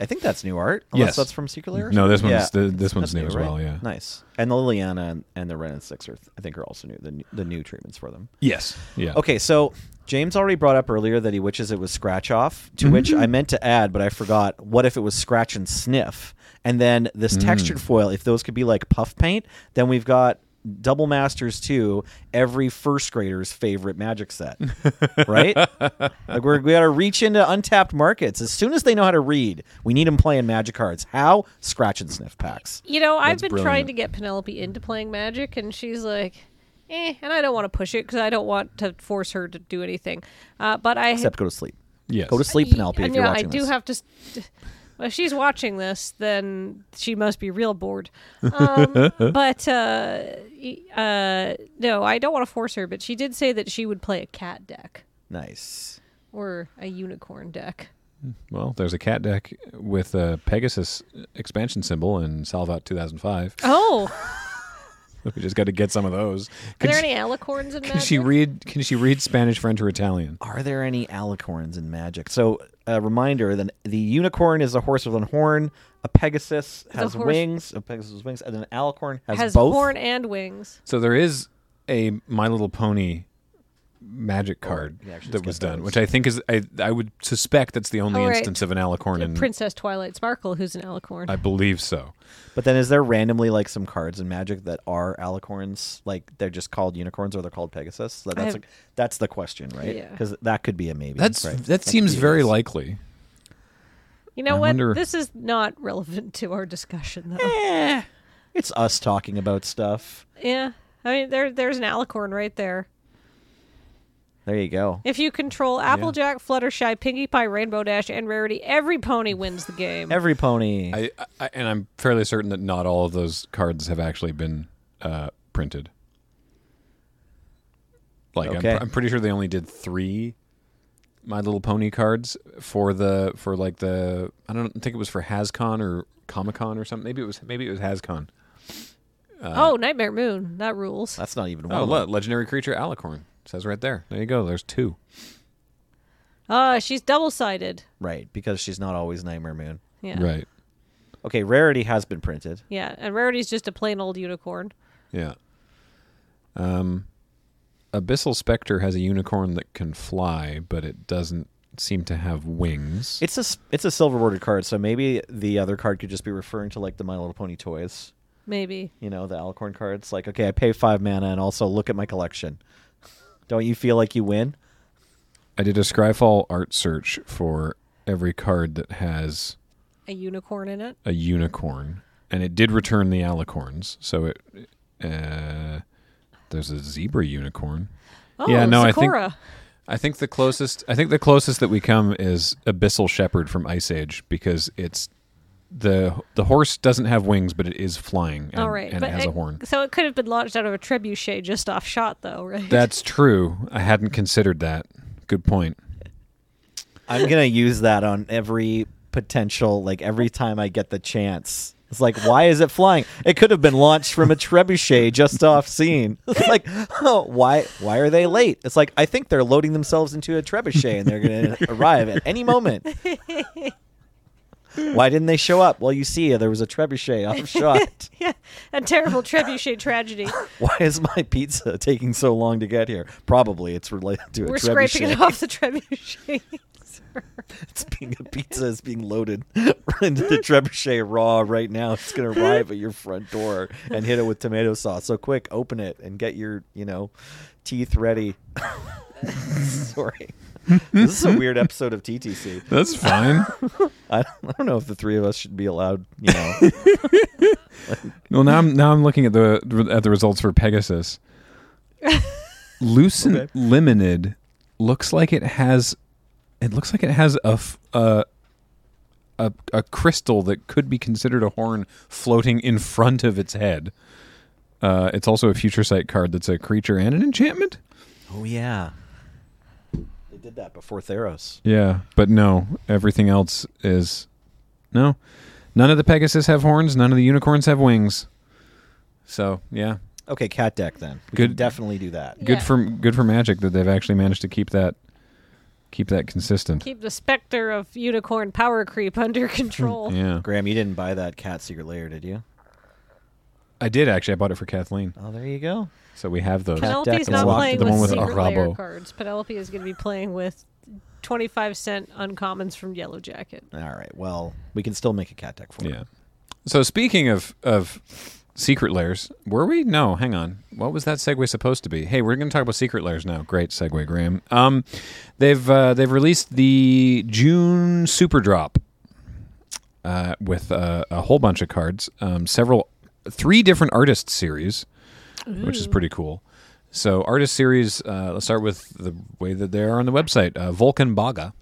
B: I think that's new art. Unless
A: Yes.
B: that's from Secret Lair. or
A: No, this
B: something?
A: one's- th- this one's
B: That's
A: new as
B: right?
A: well, yeah.
B: nice. And the Liliana and, and the Ren and Six are, I think, are also new. The new, the new treatments for them.
A: yes yeah
B: Okay, so James already brought up earlier that he wishes it was scratch off, to which I meant to add, but I forgot. What if it was scratch and sniff? And then this textured foil, if those could be like puff paint, then we've got Double Masters 2, every first grader's favorite magic set. right? Like we're, we got to reach into untapped markets. As soon as they know how to read, we need them playing magic cards. How? Scratch and sniff packs.
C: You know, I've
A: That's
C: been
A: brilliant.
C: trying to get Penelope into playing Magic, and she's like, eh, and I don't want to push it because I don't want to force her to do anything. Uh, but I
B: Except go to sleep.
A: yes
B: Go to sleep, Penelope,
C: I,
B: if you're
C: yeah,
B: watching
C: I do
B: this.
C: have to. St- well, if she's watching this, then she must be real bored. Um,
B: *laughs*
C: but uh, y- uh, no, I don't want to force her. But she did say that she would play a cat deck
B: nice.
C: or a unicorn deck.
A: well there's a cat deck with a pegasus expansion symbol in salvat 2005
C: Oh,
A: *laughs*
C: *laughs*
A: we just got to get some of those
C: are
A: can,
C: there
A: she,
C: any alicorns in
A: can she
C: Magic?
A: read can she read spanish french or italian
B: Are there any alicorns in Magic? So, a reminder that the unicorn is a horse with a horn, a Pegasus has
C: horse-
B: wings, a Pegasus has wings, and an alicorn has,
C: Has
B: both.
C: horn and wings.
A: So there is a My Little Pony magic card
B: Oh, yeah, I should
A: that
B: skip
A: was
B: those.
A: done, which I think is I I would suspect that's the only
C: Oh, right.
A: instance of an alicorn in
C: Princess Twilight Sparkle, who's an alicorn.
A: I believe so.
B: But then, is there randomly like some cards in Magic that are alicorns? Like they're just called unicorns or they're called Pegasus? That- that's
C: have-
B: a- that's the question, right?
C: Yeah.
B: Because that could be a maybe.
A: That's
B: right?
A: that
B: could
A: seems
B: be a
A: very
B: yes.
A: likely.
C: you know
A: I
C: what?
A: wonder-
C: This is not relevant to our discussion, though. *laughs*
B: Eh, it's us talking about stuff.
C: yeah, I mean, there, there's an alicorn right there.
B: There you go.
C: If you control Applejack, Fluttershy, Pinkie Pie, Rainbow Dash, and Rarity, every pony wins the game.
B: Every pony.
A: I, I and I'm fairly certain that not all of those cards have actually been uh, printed. Like I'm,
B: Okay.
A: pr- I'm pretty sure they only did three My Little Pony cards for the for like the I don't think it was for HasCon or Comic Con or something. Maybe it was maybe it was HasCon.
C: oh, Nightmare Moon. That rules.
B: That's not even one.
A: Oh,
B: of
A: look, legendary creature Alicorn It says right there. There you go. There's two.
C: Uh, she's double sided.
B: them. Right, because she's not always Nightmare Moon.
C: Yeah.
A: Right.
B: Okay, rarity has been printed.
C: Yeah. And Rarity's just a plain old unicorn.
A: Yeah. Um, Abyssal Spectre has a unicorn that can fly, but it doesn't seem to have wings.
B: It's a s- it's a silver bordered card, so maybe the other card could just be referring to like the My Little Pony toys.
C: Maybe.
B: You know, the Alicorn cards. Like, okay, I pay five mana and also look at my collection. *laughs* Don't you feel like you win?
A: I did a Scryfall art search for every card that has
C: A unicorn in it.
A: a unicorn, and it did return the alicorns. So it, uh, there's a zebra unicorn.
C: Oh,
A: Yeah, no, I think-
C: Sakura.
A: I think the closest I think the closest that we come is Abyssal Shepherd from Ice Age because it's the the horse doesn't have wings but it is flying and,
C: All right.
A: and
C: but
A: it has a
C: *laughs*
A: horn.
C: So it could have been launched out of a trebuchet just off shot, though, right?
A: That's true. I hadn't considered that. Good point.
B: I'm gonna use that on every potential, like every time I get the chance. It's like, why is it flying? It could have been launched from a trebuchet just off scene. It's like, oh, why? Why are they late? It's like I think they're loading themselves into a trebuchet and they're gonna arrive at any moment. Why didn't they show up? Well, you see, there was a trebuchet off shot.
C: yeah. *laughs* A terrible
A: *laughs*
C: trebuchet tragedy.
B: Why is my pizza taking so long to get here? Probably it's related to a
C: We're
B: trebuchet.
C: scraping it off the trebuchet. *laughs*
B: It's being a pizza is being loaded *laughs* into the trebuchet raw right now. It's gonna arrive at your front door and hit it with tomato sauce. So quick, open it and get your you know teeth ready. *laughs* Sorry, this is a weird episode of TTC.
A: That's *laughs* fine.
B: I, I don't know if the three of us should be allowed.
A: *laughs*
B: You know,
A: well, now I'm now I'm looking at the at the results for Pegasus. Lucent
B: Okay.
A: Limonid looks like it has it looks like it has a f- a- a a crystal that could be considered a horn floating in front of its head. Uh, it's also a future sight card that's a creature and an enchantment.
B: oh yeah, they did that before Theros.
A: Yeah, but no, everything else is no. None of the Pegasus have horns. None of the unicorns have wings. So yeah,
B: Okay, cat deck then. We
A: Good-
B: could definitely do that.
A: good
C: Yeah.
A: for good for Magic that they've actually managed to keep that keep that consistent.
C: Keep the specter of unicorn power creep under
A: *laughs*
C: control.
A: yeah,
B: Graham, you didn't buy that cat secret layer, did you?
A: I did actually. I bought it for Kathleen,
B: Oh, there you go.
A: so we have those.
B: Cat deck is
C: Penelope's not
B: locked.
C: playing
A: The
C: with,
A: one with
C: secret layer
A: Arabo.
C: cards. Penelope is going to be playing with 25 cent uncommons from Yellow Jacket.
B: All right. Well, we can still make a cat deck for it.
A: Yeah. So speaking of of secret layers, were we? No, hang on. What was that segue supposed to be? Hey, we're going to talk about secret layers now. Great segue, Graham. Um, they've uh, they've released the June Super Drop uh, with uh, a whole bunch of cards, um, several, three different artist series, which is pretty cool. So artist series. Uh, let's start with the way that they are on the website. Uh, Vulcan Baga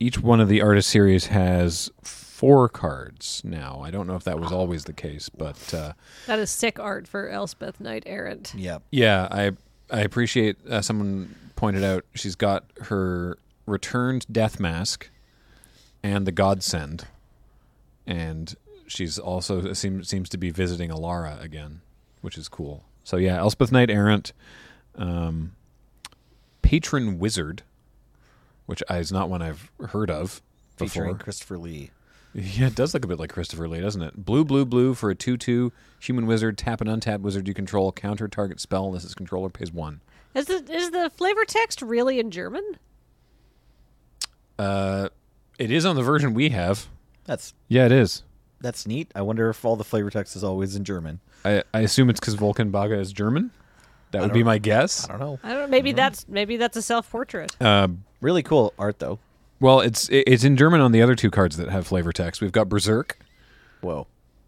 A: each one of the artist series has four cards now. I don't know if that was always the case, but uh,
C: That is sick art for Elspeth Knight Errant.
B: Yep.
A: yeah, I I appreciate uh, someone pointed out she's got her returned death mask and the godsend, and she's also seems seems to be visiting Alara again, which is cool. So yeah, Elspeth Knight Errant, um, patron wizard, which is not one I've heard of.
B: Featuring
A: Before.
B: Christopher Lee.
A: Yeah, it does look a bit like Christopher Lee, doesn't it? Blue, blue, blue for a 2 2. Human wizard, tap an untapped wizard you control, counter target spell unless its controller pays one.
C: Is the, is the flavor text really in German?
A: Uh, it is on the version we have.
B: That's
A: Yeah, it is.
B: that's neat. I wonder if all the flavor text is always in German.
A: I, I assume it's because Vulcan Baga is German. That would be
B: don't-
A: my guess.
B: I don't know.
C: I don't know. Maybe that's maybe that's a self portrait.
A: Uh,
B: Really cool art though.
A: well, it's it- it's in German on the other two cards that have flavor text. We've got Berserk.
B: Whoa.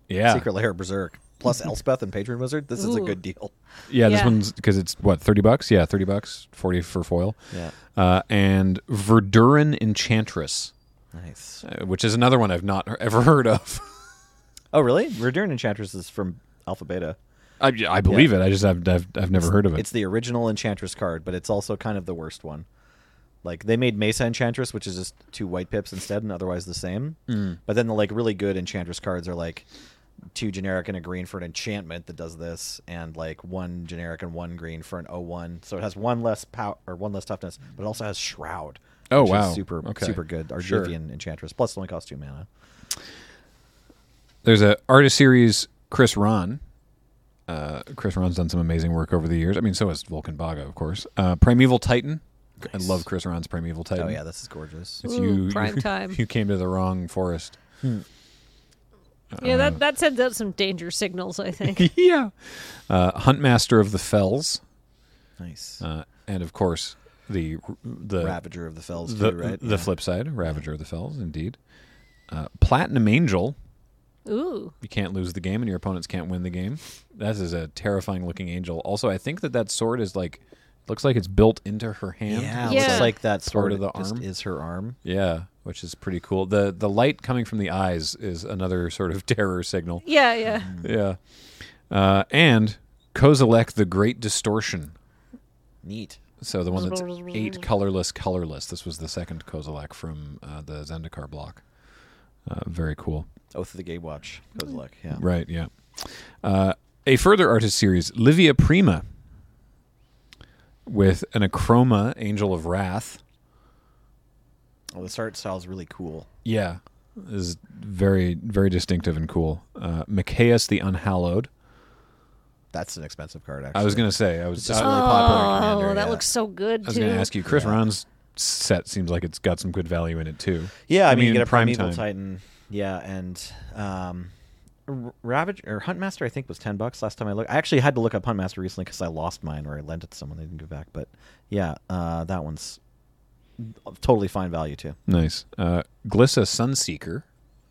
A: Yeah.
B: Secret Lair Berserk plus Elspeth and Patron Wizard. This is a
C: Ooh.
B: good deal.
A: Yeah, this
C: Yeah.
A: one's because it's what, 30 bucks? Yeah, 30 bucks, 40 for foil.
B: Yeah.
A: Uh, and Verdurin Enchantress,
B: Nice.
A: uh, which is another one I've not ever heard of.
B: Oh really? Redurin Enchantress is from Alpha Beta.
A: I, I believe it. I just I've, I've, I've never heard of it.
B: It's the original Enchantress card, but it's also kind of the worst one. Like they made Mesa Enchantress, which is just two white pips instead, and otherwise the same.
A: Mm.
B: But then the like really good Enchantress cards are like two generic and a green for an enchantment that does this, and like one generic and one green for an 01. So it has one less power or one less toughness, but it also has Shroud.
A: Oh,
B: which is
A: wow.
B: super
A: Okay.
B: super good Argivian
A: Sure.
B: Enchantress. Plus it only costs two mana.
A: There's a artist series Chris Ron. Uh, Chris Ron's done some amazing work over the years. I mean, so has Vulcan Baga, of course. Uh, Primeval Titan. I love Chris Ron's Primeval Titan.
B: Oh yeah, this is gorgeous.
A: It's *laughs*
C: Ooh,
A: you,
C: prime
A: you,
C: time.
A: you came to the wrong forest. *laughs*
C: Yeah,
A: uh,
C: that that sends out some danger signals. I think.
A: *laughs* yeah. Uh, Huntmaster of the Fells,
B: Nice.
A: uh, and of course the the
B: Ravager of the Fells
A: the,
B: too, right?
A: the flip side, Ravager of the Fells, indeed. Uh, Platinum Angel.
C: Ooh,
A: You can't lose the game, and your opponents can't win the game. That is a terrifying looking angel. Also, I think that that sword is like looks like it's built into her hand.
B: Yeah,
C: it
B: it looks
C: Yeah.
B: like that
A: part
B: sword
A: of the
B: just
A: arm.
B: is her arm.
A: Yeah, which is pretty cool. The the light coming from the eyes is another *laughs* sort of terror signal.
C: yeah, yeah.
A: Mm,
B: Mm.
A: Yeah. Uh, and Kozilek the Great Distortion.
B: Neat.
A: So the one that's eight colorless, colorless. This was the second Kozilek from uh, the Zendikar block. Uh, very cool.
B: Oath of the Game Watch. Good luck. Yeah.
A: Right, yeah. Uh, a further artist series, Livia Prima, with an Acroma, Angel of Wrath.
B: Well, this art style is really cool.
A: Yeah, is very, very distinctive and cool. Uh, Micaeus the Unhallowed.
B: That's an expensive card. Actually,
A: I was going to say, I was,
B: It's just
A: I,
B: really popular. in Commander,
C: Oh, that
B: yeah.
C: looks so good
A: I was
C: too.
A: going to ask you, Chris
B: Yeah.
A: Ron's set seems like it's got some good value in it too.
B: Yeah, I, mean, you get a
A: prime
B: Primeval
A: time.
B: Titan. Yeah, and um, R- Ravage or Huntmaster, I think was ten bucks last time I looked. I actually had to look up Huntmaster recently because I lost mine or I lent it to someone. They didn't give back. But yeah, uh, that one's totally fine value too.
A: Nice. Uh, Glissa Sunseeker,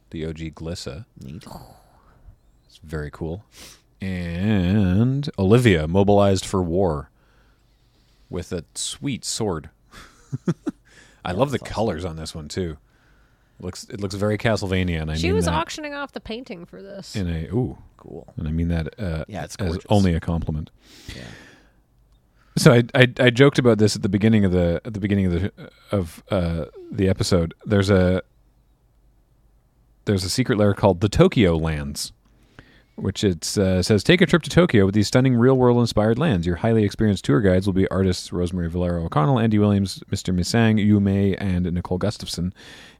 A: the OG Glissa.
B: Neat.
A: It's very cool. And Olivia, mobilized for war with a sweet sword. *laughs* I love the colors on this one too. Looks it looks very Castlevania, and uh, I
C: She
A: mean
C: was
A: that
C: auctioning off the painting for this.
A: in a ooh,
B: Cool.
A: and I mean that uh,
B: Yeah, it's
A: as
B: gorgeous.
A: only a compliment.
B: Yeah.
A: So I, I I joked about this at the beginning of the at the beginning of the of uh, the episode. There's a there's a secret lair called the Tokyo Lands, which it uh, says take a trip to Tokyo with these stunning real world inspired lands. Your highly experienced tour guides will be artists Rosemary Valero O'Connell, Andy Williams, Mr. Misang, Yu Mei, and Nicole Gustafson.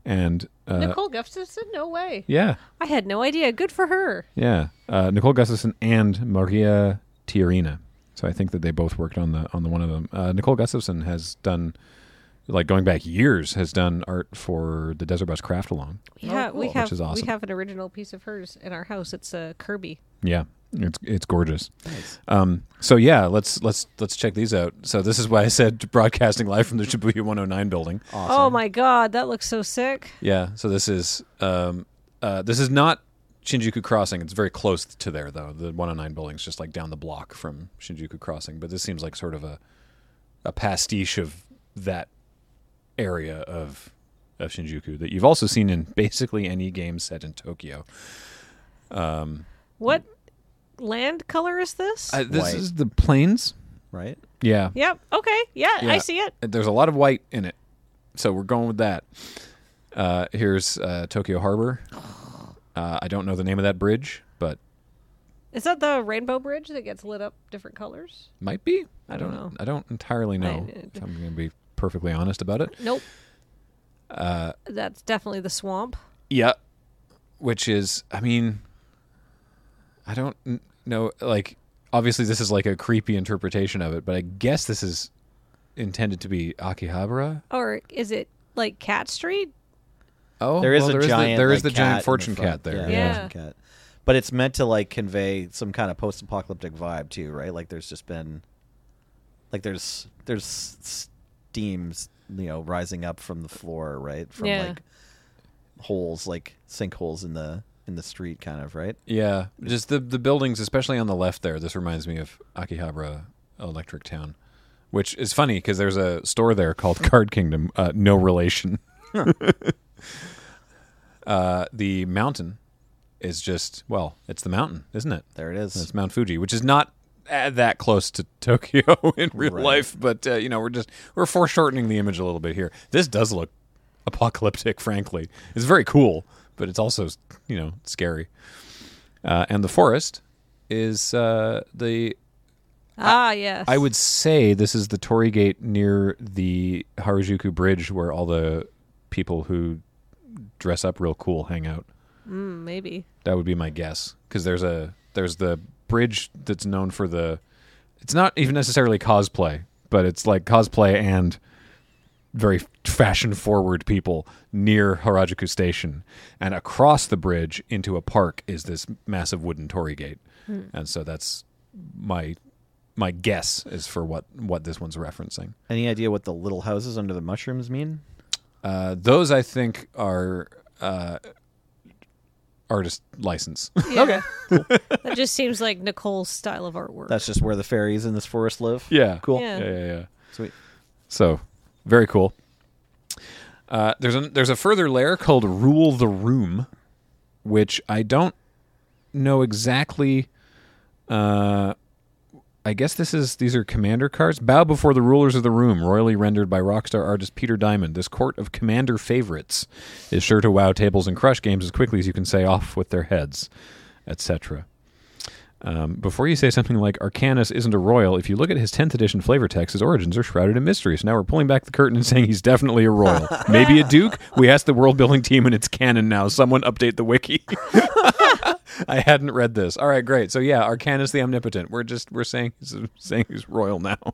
A: And uh,
C: Nicole Gustafson? No way.
A: yeah,
C: I had no idea. Good for her.
A: yeah, uh, Nicole Gustafson and Maria Tiarina. So I think that they both worked on the on the one of them. Uh, Nicole Gustafson has done, like going back years, has done art for the Desert Bus Craft Along.
C: We, ha- we
A: Which
C: have
A: is awesome.
C: we have an original piece of hers in our house. It's a Kirby.
A: Yeah, it's it's gorgeous. Um, so yeah, let's let's let's check these out. So this is why I said broadcasting live from the Shibuya 109 building.
C: Oh my god, that looks so sick.
A: Yeah. So this is um, uh, this is not Shinjuku Crossing. It's very close to there though. The 109 building's just like down the block from Shinjuku Crossing. But this seems like sort of a a pastiche of that area of of Shinjuku that you've also seen in basically any game set in Tokyo.
C: What land color is this?
A: Uh, this
B: White.
A: is the plains.
B: Right.
A: Yeah.
C: yep. Okay. Yeah,
A: Yeah. Uh,
C: I see it.
A: There's a lot of white in it, so we're going with that. Uh, here's uh, Tokyo
C: *gasps*
A: Harbor. Uh, I don't know the name of that bridge, but
C: Is that the rainbow bridge that gets lit up different colors?
A: Might be. I
C: don't
A: don't
C: know.
A: I don't entirely know.
C: I-
A: if I'm going to be perfectly honest about it.
C: Nope. Uh, That's definitely the swamp.
A: Yeah. Which is, I mean, I don't n- know. Like, obviously, this is like a creepy interpretation of it, but I guess this is intended to be Akihabara.
C: Or is it like Cat Street?
A: Oh,
B: There is
A: well,
B: a
A: the-
B: giant.
A: there is
B: like,
A: the
B: cat in
A: giant
B: the
A: fortune
B: front.
A: cat there.
C: Yeah.
B: fortune cat. But it's meant to like convey some kind of post-apocalyptic vibe too, right? Like there's just been, like there's there's steams, you know, rising up from the floor, right? From
C: Yeah.
B: like holes, like sinkholes in the in the street, kind of, right?
A: Yeah, just the the buildings, especially on the left there. This reminds me of Akihabara Electric Town, which is funny because there's a store there called Card Kingdom. Uh, *laughs* no relation. uh, the mountain is just well, it's the mountain, isn't it?
B: There it is.
A: It's Mount Fuji, which is not uh, that close to *laughs* Tokyo in real
B: Right.
A: life, but uh, you know, we're just we're foreshortening the image a little bit here. This does look apocalyptic, *laughs* frankly. It's very cool, but it's also you know scary. Uh, and the forest is uh, the
C: Ah, yes.
A: I would say this is the Torii Gate near the Harajuku Bridge, where all the people who dress up real cool hang out.
C: maybe.
A: That would be my guess because there's a there's the bridge that's known for the. It's not even necessarily cosplay, but it's like cosplay and very fashion forward people near Harajuku Station, and across the bridge into a park is this massive wooden torii gate, and so that's my my guess is for what what this one's referencing.
B: Any idea what the little houses under the mushrooms mean?
A: Uh, those I think are uh, artist license. *laughs*
C: Okay. *laughs* that just seems like Nicole's style of artwork.
B: That's just where the fairies in this forest live.
A: yeah,
B: Cool.
C: Yeah.
A: yeah, yeah, yeah.
B: Sweet.
A: So, very cool. Uh, there's a there's a further layer called Rule the Room, which I don't know exactly. Uh, I guess this is these are commander cards. Bow before the rulers of the room, royally rendered by rockstar artist Peter Diamond. This court of commander favorites is sure to wow tables and crush games as quickly as you can say off with their heads, etc. Um, before you say something like Arcanus isn't a royal, if you look at his 10th edition flavor text, his origins are shrouded in mystery. So now we're pulling back the curtain and *laughs* saying he's definitely a royal. Maybe a duke? We asked the world building team and it's canon now. Someone update the wiki. *laughs* I hadn't read this. All right, great. So yeah, Arcanus the omnipotent. We're just we're saying saying he's royal now. *laughs*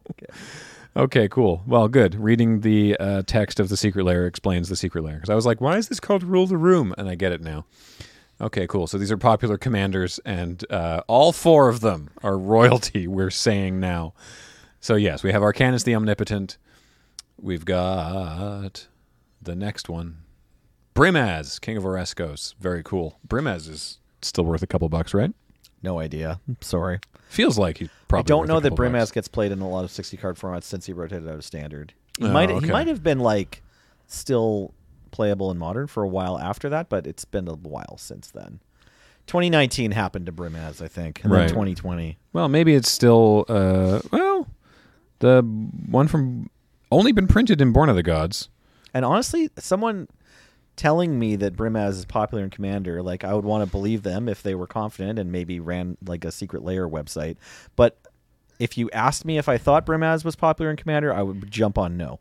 A: Okay, cool. Well, good. Reading the uh, text of the secret layer explains the secret layer because I was like, why is this called rule the room? And I get it now. Okay, cool. So these are popular commanders, and uh, all four of them are royalty. We're saying now. So yes, we have Arcanus the omnipotent. We've got the next one, Brimaz, King of Orescos. Very cool. Brimaz is still worth a couple bucks, right?
B: No idea. Sorry.
A: Feels like he's
B: I
A: probably.
B: don't
A: worth
B: know
A: a
B: that
A: couple
B: Brimaz
A: bucks.
B: gets played in a lot of 60 card formats since he rotated out of standard. He,
A: Oh,
B: might,
A: okay.
B: he might have been like still playable in modern for a while after that, but it's been a while since then. 2019 happened to Brimaz, I think, and
A: Right.
B: then 2020.
A: Well, maybe it's still. Uh, well, the one from only been printed in Born of the Gods.
B: And honestly, someone telling me that Brimaz is popular in Commander, like I would want to believe them if they were confident and maybe ran like a secret layer website. But if you asked me if I thought Brimaz was popular in Commander, I would jump on no.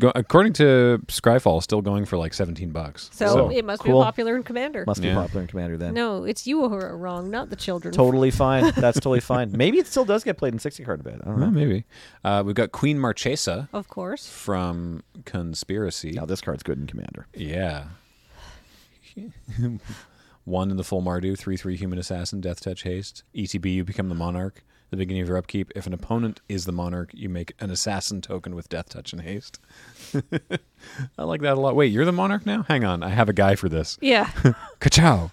A: Go, according to Scryfall, still going for like seventeen bucks.
C: so, it must
B: cool.
C: be popular in Commander.
B: Must be
A: Yeah.
B: popular in Commander then.
C: No, it's you who are wrong, not the
B: *laughs*
C: children.
B: Totally fine. That's totally fine. Maybe it still does get played in 60 card a bit. I don't know.
A: Well, maybe. Uh, we've got Queen Marchesa
C: Of course.
A: from Conspiracy.
B: Now this card's good in Commander.
A: Yeah. *laughs* One in the full Mardu, 3 3 human assassin, death touch haste. ETB, you become the monarch. At The beginning of your upkeep, if an opponent is the monarch, you make an assassin token with death touch and haste. *laughs* I like that a lot. Wait, you're the monarch now? Hang on, I have a guy for this.
B: *laughs*
C: Yeah.
A: Kachow.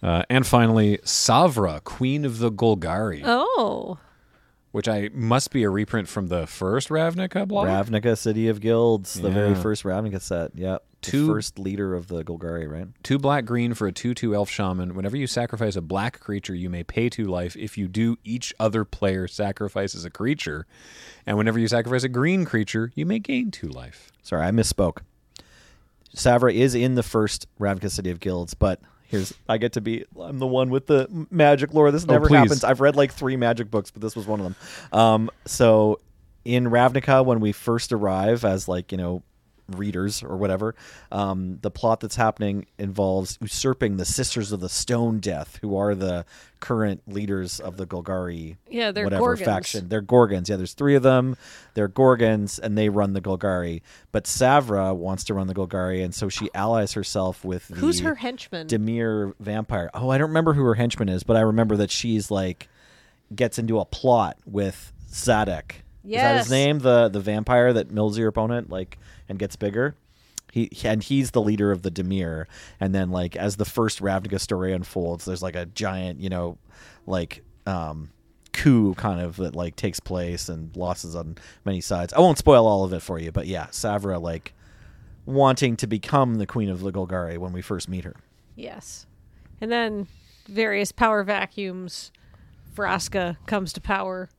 A: Uh, and finally, Savra, Queen of the Golgari,
C: oh.
A: which I must be a reprint from the first Ravnica block.
B: Ravnica, City of Guilds, the very
A: Yeah.
B: first Ravnica set. Yep. The
A: Two-
B: first leader of the Golgari, right?
A: Two black green for a 2 2 elf shaman. Whenever you sacrifice a black creature, you may pay two life. If you do, each other player sacrifices a creature. And whenever you sacrifice a green creature, you may gain two life.
B: Sorry, I misspoke. Savra is in the first Ravnica City of Guilds, but here's Oh, I get to be I'm the one with the m- magic lore. This never
A: please.
B: happens. I've read like three magic books, but this was one of them. Um, so in Ravnica, when we first arrive as like you know readers or whatever, um, the plot that's happening involves usurping the Sisters of the Stone Death, who are the current leaders of the Golgari
C: Yeah, they're
B: whatever
C: Gorgons.
B: faction. They're Gorgons. Yeah, there's three of them. They're Gorgons, and they run the Golgari. But Savra wants to run the Golgari, and so she allies herself with the
C: Who's her henchman?
B: Demir vampire. Oh, I don't remember who her henchman is, but I remember that she's like gets into a plot with Zadok. Is that
C: Yes.
B: his name? The the vampire that mills your opponent like and gets bigger. He and he's the leader of the Demir. And then like as the first Ravnica story unfolds, there's like a giant, you know, like um coup kind of that like takes place and losses on many sides. I won't spoil all of it for you, but yeah, Savra like wanting to become the queen of the Golgari when we first meet her.
C: yes. and then various power vacuums. Vraska comes to power.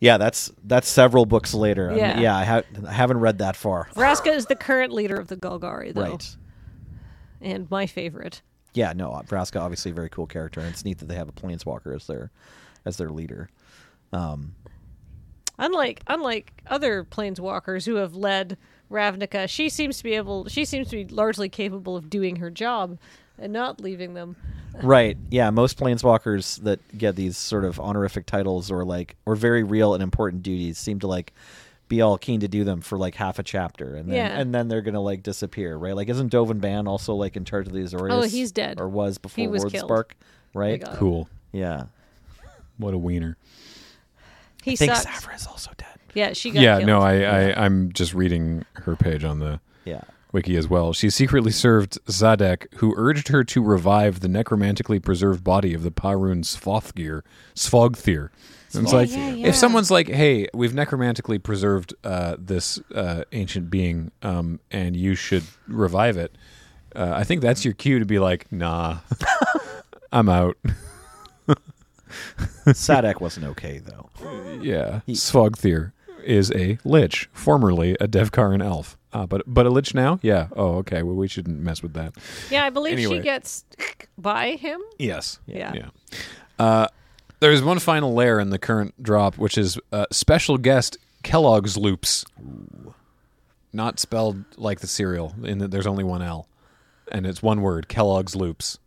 B: Yeah, that's that's several books later. I'm-
C: Yeah.
B: yeah I, ha- I haven't read that far.
C: Vraska is the current leader of the Golgari, though,
B: Right.
C: and my favorite.
B: Yeah, no, Vraska obviously a very cool character, and it's neat that they have a planeswalker as their as their
C: *laughs*
B: leader.
C: Unlike unlike other planeswalkers who have led Ravnica, she seems to be able. She seems to be largely capable of doing her job and not leaving them.
B: Right. Yeah. Most planeswalkers that get these sort of honorific titles or like or very real and important duties seem to like be all keen to do them for like half a chapter and then
C: Yeah.
B: and then they're gonna like disappear, right? Like isn't Dovan Ban also like in charge of the Azorius?
C: Oh, he's dead.
B: Or was before
C: was
B: Lord
C: killed.
B: Spark, right?
C: got-
A: Cool.
B: Yeah.
A: What a wiener.
C: He
B: I think
C: sucks.
B: Savra is also dead.
C: Yeah, she got
A: Yeah,
C: killed.
A: no, I, I I'm just reading her page on the
B: Yeah.
A: wiki as well. She secretly served Zadek, who urged her to revive the necromantically preserved body of the Parun Svogthir. Svogthir. And It's like
C: yeah, yeah.
A: if someone's like, "Hey, we've necromantically preserved uh, this uh, ancient being, um, and you should revive it," uh, I think that's your cue to be like, "Nah, *laughs* I'm out." *laughs*
B: Sadek wasn't okay though.
A: Yeah, Svogthir is a lich, formerly a Devkaran elf, uh, but but a lich now. Yeah. Oh, okay. Well, we shouldn't mess with that.
C: Yeah, I believe
A: Anyway.
C: she gets by him.
A: Yes.
C: Yeah.
A: Yeah. Uh, there's one final layer in the current drop, which is uh, special guest Kellogg's Loops. Not spelled like the cereal, in that there's only one L. And it's one word Kellogg's Loops.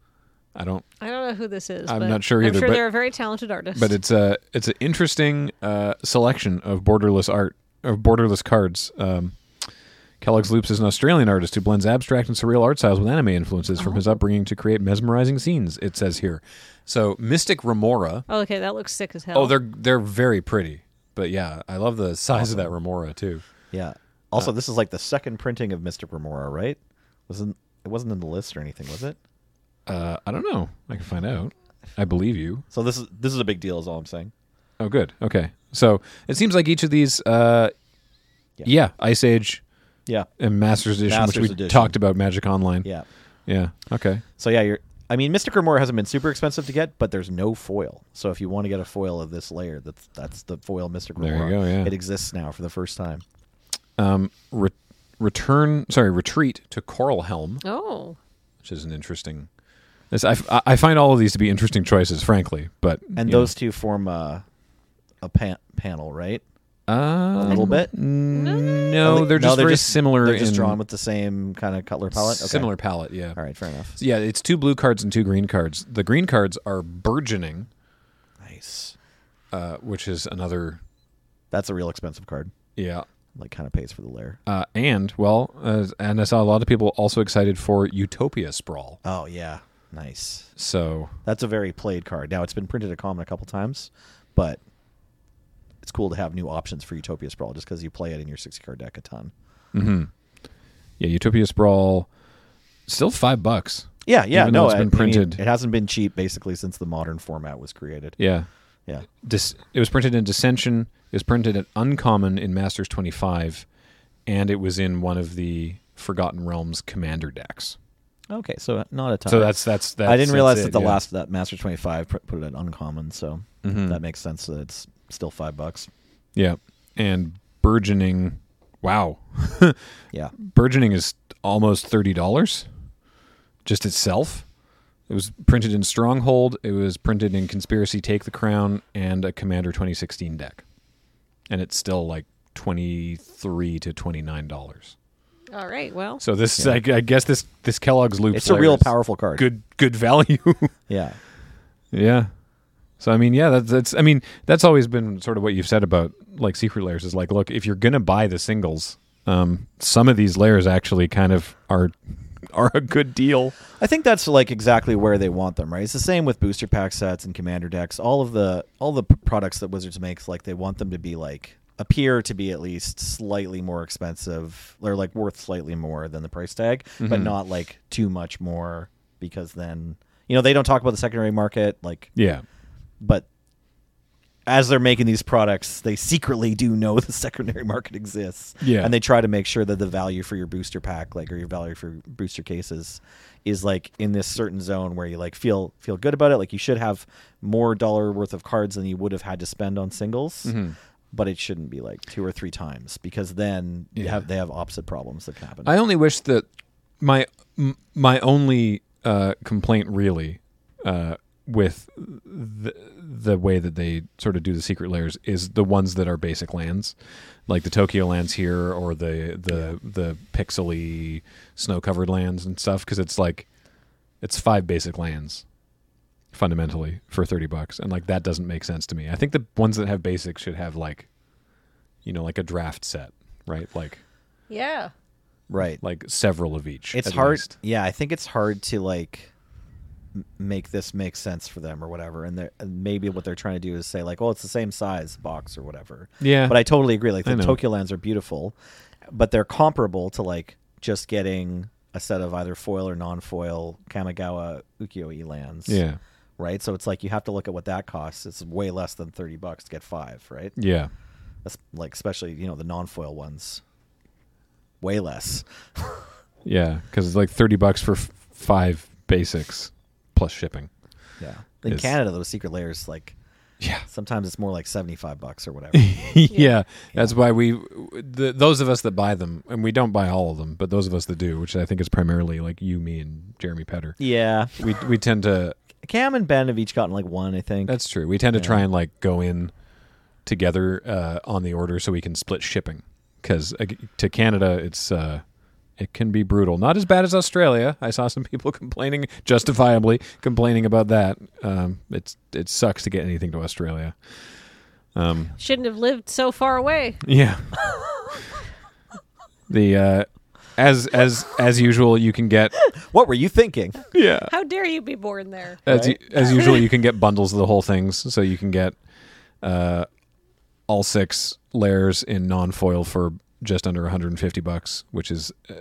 A: I don't,
C: I don't know who this is.
A: I'm
C: but
A: not sure either,
C: I'm sure
A: but-
C: they're a very talented artist.
A: but it's a it's an interesting uh, selection of borderless art of borderless cards. Um, Kellogg's Loops is an Australian artist who blends abstract and surreal art styles with anime influences from his upbringing to create mesmerizing scenes. It says here, so Mystic Remora,
C: oh, okay, that looks sick as hell.
A: Oh, they're they're very pretty. But yeah, I love the size of that remora too.
B: Yeah. Also, this is like the second printing of Mr. Remora, right? Wasn't it wasn't in the list or anything, was it?
A: Uh, I don't know. I can find out. I believe you.
B: So this is this is a big deal, is all I'm saying.
A: Oh, good. Okay. So it seems like each of these, uh, yeah.
B: Yeah.
A: Ice Age
B: Yeah.
A: and Masters Edition,
B: Masters
A: which we
B: Edition.
A: talked about Magic Online.
B: Yeah.
A: Yeah. Okay.
B: So yeah, you're. I mean, Mystic Remora hasn't been super expensive to get, but there's no foil. So if you want to get a foil of this layer, that's that's the foil Mystic
A: There you
B: Remora.
A: go, yeah.
B: It exists now for the first time.
A: Um, re- return. Sorry, retreat to Coral Helm,
C: oh,
A: which is an interesting. This, I, f- I find all of these to be interesting choices, frankly. But
B: And
A: you
B: those two form a, a pan- panel, right?
A: know.
B: A
A: uh,
B: little bit.
A: no, they're just very similar.
B: They're just
A: in
B: drawn with the same kind of color palette. Okay.
A: similar palette. Yeah.
B: All right, fair enough.
A: Yeah, it's two blue cards and two green cards. The green cards are burgeoning,
B: Nice.
A: uh, which is another
B: That's a real expensive card.
A: yeah.
B: Like, kind of pays for the layer.
A: Uh, and well, uh, and I saw a lot of people also excited for Utopia Sprawl.
B: Oh yeah, nice.
A: So
B: That's a very played card. Now it's been printed at common a couple times, but it's cool to have new options for Utopia Sprawl just because you play it in your sixty card deck a ton.
A: yeah, Utopia Sprawl still five bucks.
B: Yeah, yeah.
A: Even though
B: no,
A: it's
B: I-
A: been
B: I mean,
A: printed.
B: it hasn't been cheap basically since the modern format was created.
A: Yeah,
B: Yeah.
A: Dis- it was printed in Dissension. It was printed at Uncommon in Masters twenty five, and it was in one of the Forgotten Realms Commander decks.
B: Okay, so not a ton.
A: So that's that's that's.
B: I didn't
A: that's
B: realize
A: it,
B: that the
A: yeah.
B: last that Master Twenty Five put it at uncommon, so
A: Mm-hmm.
B: that makes sense that it's still five bucks.
A: yeah and burgeoning. Wow,
B: Yeah,
A: burgeoning is almost thirty dollars just itself. It was printed in Stronghold. It was printed in Conspiracy Take the Crown and a Commander 2016 deck, and it's still like twenty three to twenty nine dollars.
C: all right. Well,
A: So this, I, I guess this this Kellogg's Loop.
B: it's a real powerful card.
A: good good value. *laughs*
B: Yeah.
A: yeah. So I mean, yeah, that's, that's I mean, that's always been sort of what you've said about like secret layers is like, look, if you're gonna buy the singles, um, some of these layers actually kind of are *laughs* are a good deal.
B: I think that's like exactly where they want them, right? It's the same with booster pack sets and commander decks. All of the all the p- products that Wizards makes, like they want them to be like appear to be at least slightly more expensive or like worth slightly more than the price tag, but not like too much more because then you know they don't talk about the secondary market, like
A: Yeah.
B: but as they're making these products, they secretly do know *laughs* the secondary market exists.
D: Yeah.
B: And they try to make sure that the value for your booster pack, like or your value for booster cases, is like in this certain zone where you like feel feel good about it. Like you should have more dollar worth of cards than you would have had to spend on singles. But it shouldn't be like two or three times because then you have they have opposite problems that can happen.
A: I only wish that my m- my only uh, complaint really uh, with the, the way that they sort of do the secret layers is the ones that are basic lands, like the Tokyo lands here or the the the pixely snow covered lands and stuff. Because it's like it's five basic lands fundamentally for 30 bucks and like that doesn't make sense to me i think the ones that have basic should have like you know like a draft set right like
C: Yeah.
B: right.
A: like several of each.
B: it's
A: at
B: hard
A: least.
B: yeah i think it's hard to like m- make this make sense for them or whatever and they're- and maybe what they're trying to do is say like well it's the same size box or whatever
A: Yeah.
B: but i totally agree like
A: I
B: the
A: know.
B: tokyo lands are beautiful but they're comparable to like just getting a set of either foil or non-foil kamigawa ukiyo-e lands
A: Yeah,
B: right so it's like you have to look at what that costs it's way less than 30 bucks to get five right
A: yeah,
B: that's like especially you know the non-foil ones way less
A: yeah. Because it's like thirty bucks for f- five basics plus shipping.
B: Yeah. In
A: It's-
B: Canada, those secret layers, like
A: *laughs* *laughs* Yeah.
B: sometimes it's more like seventy-five bucks
A: *laughs*
B: or whatever.
A: yeah. that's why we, the, those of us that buy them, and we don't buy all of them, but those of us that do, which I think is primarily like you, me, and Jeremy Petter,
B: yeah.
A: we we tend to.
B: Cam and Ben have each gotten like one, I think.
A: That's true. We tend to try and like go in together uh, on the order so we can split shipping. Because uh, to Canada, it's uh, it can be brutal. Not as bad as Australia. I saw some *laughs* people complaining, justifiably complaining about that. Um, it's it sucks to get anything to Australia. Um,
C: Shouldn't have lived so far away.
A: yeah. the uh, as as as usual, you can get
B: What were you thinking?
A: yeah.
C: How dare you be born there?
A: As,
B: Right?
A: u- as usual, you can get bundles of the whole things. So you can get uh, all six layers in non foil for just under 150 bucks, which is uh,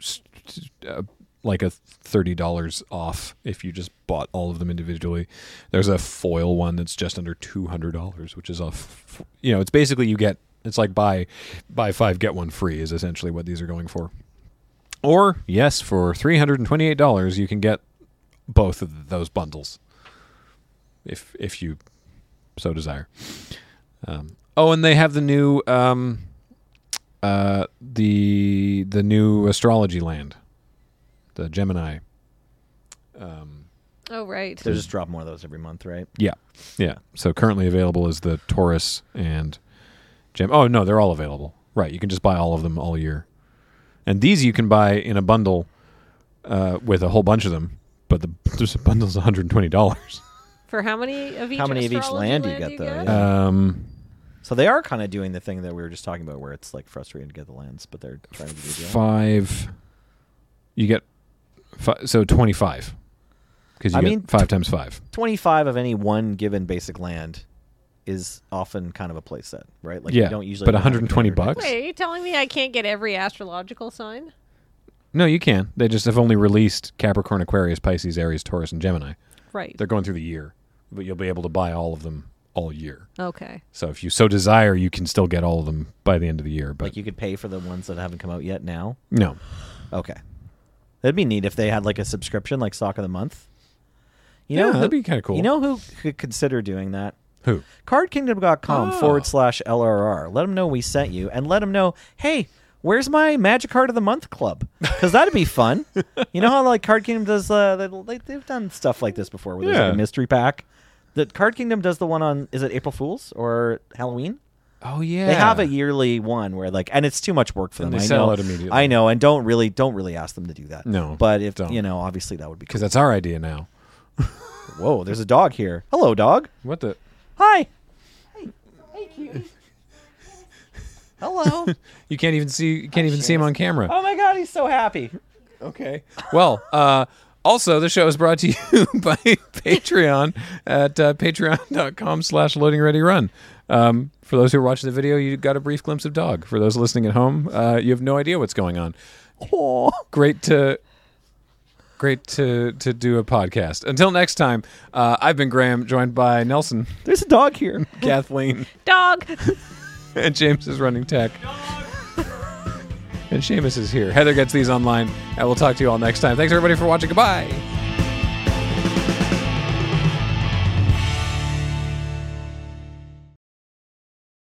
A: s- s- uh, like a $30 off if you just bought all of them individually. There's a foil one that's just under $200, which is off. You know, it's basically you get, it's like buy, buy five, get one free is essentially what these are going for. Or, yes, for $328, you can get both of those bundles if if you so desire um, oh and they have the new um, uh, the the new astrology land the gemini um,
C: Oh, right.
B: They just drop more of those every month, right?
A: yeah yeah so currently available is the taurus and gem oh no they're all available right you can just buy all of them all year and these you can buy in a bundle uh, with a whole bunch of them but the *laughs* there's a bundle's $120
C: For how many of each?
B: How many of each
C: astrology
B: land you get, though, yeah.
A: um,
B: So they are kind of doing the thing that we were just talking about, where it's like frustrating to get the lands, but they're trying to do the deal.
A: five. You get fi- so twenty five because you
B: I
A: get
B: mean-
A: five times five.
B: Twenty-five of any one given basic land is often kind of a playset, right? Like
A: yeah,
B: you don't usually.
A: but
B: have
A: one hundred and twenty
B: every-
A: bucks.
C: Wait, are you telling me I can't get every astrological sign?
A: No, you can. They just have only released Capricorn, Aquarius, Pisces, Aries, Taurus, and Gemini.
C: Right.
A: They're going through the year, but you'll be able to buy all of them all year.
C: Okay.
A: So if you so desire, you can still get all of them by the end of the year. But
B: Like you could pay for the ones that haven't come out yet now.
A: no,
B: Okay. That'd be neat if they had like a subscription, like Sock of the Month. You
A: Yeah, that'd be kinda cool.
B: You know who could consider doing that?
A: who?
B: CardKingdom.com
A: Oh.
B: forward slash LRR. Let them know we sent you and let them know, hey, where's my Magic Card of the Month club? Because that'd be fun. you know how like Card Kingdom does, uh, they, they, they've done stuff like this before where there's like
A: Yeah.
B: a mystery pack. The Card Kingdom does the one on, is it April Fool's or Halloween?
A: Oh yeah,
B: They have a yearly one where like, and it's too much work for them.
A: And they
B: I
A: sell
B: know,
A: it immediately.
B: I know, and don't really don't really ask them to do that.
A: No,
B: but if
A: don't.
B: you know, obviously that would be
A: because
B: cool.
A: that's our idea now.
B: Whoa, there's a dog here. Hello, dog.
A: What the?
B: Hi. *laughs* Hello.
A: You can't even see. You can't even see him on camera.
B: oh my god, he's so happy.
A: Okay. Well, uh, also, the show is brought to you *laughs* by Patreon at uh, patreon.com slash loading ready run. Um, for those who are watching the video, you got a brief glimpse of dog. For those listening at home, uh, you have no idea what's going on. Great to Great to, to do a podcast. Until next time, uh, I've been Graham, joined by Nelson, *laughs*
B: There's a dog here.
A: Kathleen,
C: Dog.
A: *laughs* and James is running tech. And Seamus is here. Heather gets these online, and we'll talk to you all next time. Thanks, everybody, for watching. Goodbye.